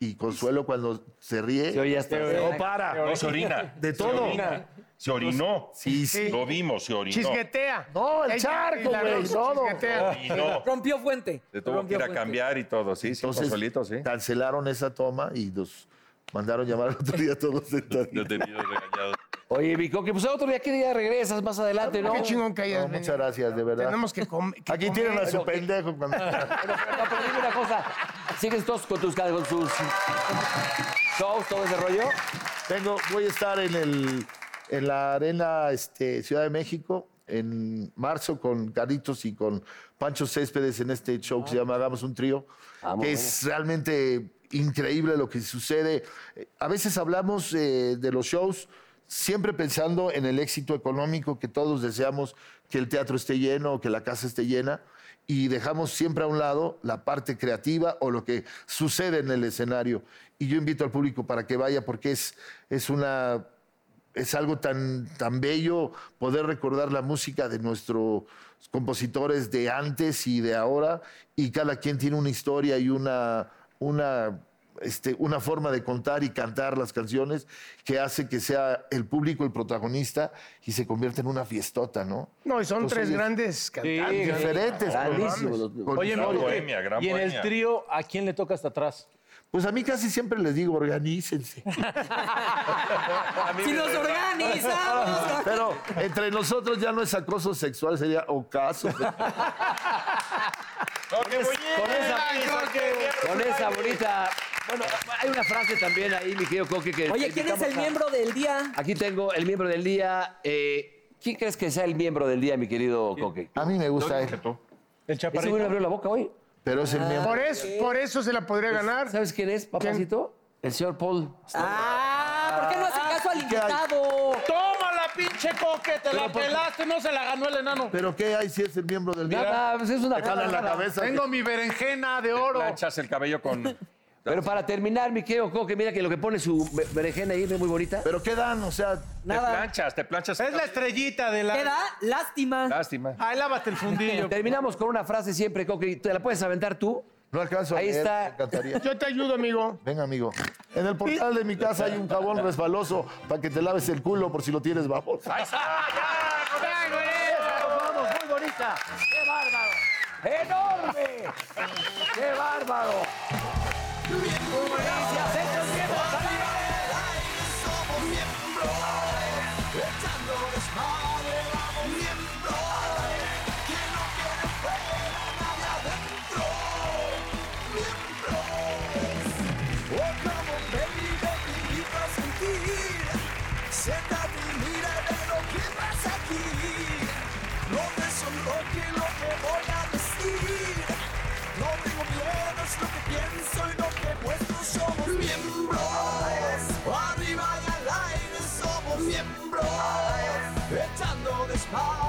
Speaker 14: y Consuelo cuando se ríe
Speaker 5: Se oye hasta-
Speaker 14: no para
Speaker 5: No, se orina.
Speaker 14: de
Speaker 5: Se
Speaker 14: todo
Speaker 5: orina. Se orinó.
Speaker 14: Sí, sí.
Speaker 5: Lo vimos, se orinó.
Speaker 4: Chisquetea.
Speaker 14: No, el
Speaker 4: Ella
Speaker 14: charco,
Speaker 4: y la
Speaker 14: güey,
Speaker 4: rosa
Speaker 14: todo.
Speaker 4: chisquetea.
Speaker 5: Y no.
Speaker 13: Rompió fuente.
Speaker 5: Se tuvo que
Speaker 13: Rompió
Speaker 5: ir a
Speaker 13: fuente.
Speaker 5: cambiar y todo, sí, sí,
Speaker 14: Entonces,
Speaker 5: Consuelito, sí.
Speaker 14: cancelaron esa toma y nos mandaron llamar al otro día
Speaker 5: [LAUGHS]
Speaker 14: todos sentados
Speaker 5: Detenidos, regañados.
Speaker 2: Oye, Vico, que pues otro día, ¿qué día regresas más adelante, no?
Speaker 4: Ah, Qué chingón que hayas
Speaker 14: No,
Speaker 4: venido.
Speaker 14: muchas gracias de verdad
Speaker 4: Tenemos que, com- que
Speaker 14: aquí
Speaker 4: comer.
Speaker 14: tienen a su
Speaker 4: Pero-
Speaker 14: pendejo
Speaker 4: [LAUGHS]
Speaker 14: cuando-
Speaker 2: No, pero dime una cosa. ¿Sigues todos con tus con sus shows, todo ese rollo?
Speaker 14: Tengo, voy a estar en, el, en la Arena este, Ciudad de México en marzo con Carlitos y con Pancho Céspedes en este show que se llama Hagamos un Trío, que es realmente increíble lo que sucede. Eh, A veces hablamos eh, de los shows siempre pensando en el éxito económico que todos deseamos, que el teatro esté lleno, que la casa esté llena, y dejamos siempre a un lado la parte creativa o lo que sucede en el escenario. Y yo invito al público para que vaya porque es, es una... Es algo tan, tan bello poder recordar la música de nuestros compositores de antes y de ahora, y cada quien tiene una historia y una, una este, una forma de contar y cantar las canciones que hace que sea el público el protagonista y se convierte en una fiestota, ¿no?
Speaker 4: No, y son
Speaker 14: Entonces,
Speaker 4: tres
Speaker 14: es-
Speaker 4: grandes cantantes.
Speaker 14: diferentes,
Speaker 4: Grandísimos.
Speaker 14: con- con-
Speaker 3: Oye,
Speaker 14: con-
Speaker 3: Enrique,
Speaker 5: bohemia, gran
Speaker 3: y en el
Speaker 5: bohemia.
Speaker 3: trío, ¿a quién le toca hasta atrás?
Speaker 14: Pues a mí casi siempre les digo,
Speaker 2: [LAUGHS]
Speaker 14: organícense.
Speaker 13: Si nos organizamos.
Speaker 14: Pero entre nosotros ya no es acoso sexual, sería ocaso.
Speaker 2: Con esa, con esa bonita. Bueno, hay una frase también ahí, mi querido Coque, que.
Speaker 13: Oye, ¿quién es
Speaker 2: invitamos
Speaker 13: el
Speaker 2: a-
Speaker 13: miembro del día?
Speaker 2: Aquí tengo el miembro del día. eh, ¿Quién crees que sea el miembro del día, mi querido Coque?
Speaker 14: A mí me gusta
Speaker 3: El
Speaker 14: él,
Speaker 2: Ese güey no
Speaker 3: chaparrito.
Speaker 2: abrió la boca hoy.
Speaker 14: pero es el
Speaker 2: Ah.
Speaker 14: miembro.
Speaker 4: Por eso, por eso se la podría ganar.
Speaker 2: ¿Sabes quién es, papacito? El señor Paul.
Speaker 13: Ah, ¿por qué no hace caso al invitado?
Speaker 3: Toma la pinche coque, te la
Speaker 14: ¿por qué?
Speaker 3: pelaste, no se la ganó el enano.
Speaker 14: ¿Pero qué hay si es el miembro del día?
Speaker 2: Nada, pues es una
Speaker 14: Me jalan la
Speaker 2: pendejada.
Speaker 14: cabeza.
Speaker 3: Tengo mi berenjena de oro.
Speaker 5: Planchas el cabello con
Speaker 2: Pero para terminar, mi querido Coque, mira que lo que pone su be- berenjena ahí es muy bonita.
Speaker 14: Pero ¿qué dan? O sea,
Speaker 3: Nada.
Speaker 17: Te planchas, te planchas.
Speaker 2: Es la
Speaker 3: estrellita de la- ¿Qué da? Lástima.
Speaker 17: Lástima.
Speaker 3: Ahí lávate el fundillo.
Speaker 2: Terminamos con una frase siempre, Coque. ¿Te la puedes aventar tú?
Speaker 14: No alcanzo
Speaker 2: Ahí está.
Speaker 14: Yo
Speaker 18: te ayudo, amigo.
Speaker 14: Venga, amigo. En el portal de mi casa hay un jabón resbaloso para que te laves el culo por si lo tienes bajo.
Speaker 2: ¡Vamos, muy bonita! ¡Qué bárbaro! ¡Enorme! ¡Qué bárbaro! ¡Gracias, hechos miembros!
Speaker 13: Oh, como baby, baby, vivo a sentir. Siéntate y mira de lo que pasa aquí. No me sonroje lo que voy a decir. No tengo miedo, es lo que pienso y lo que muestro. Somos miembros. Arriba y al aire somos miembros. Echando despacio.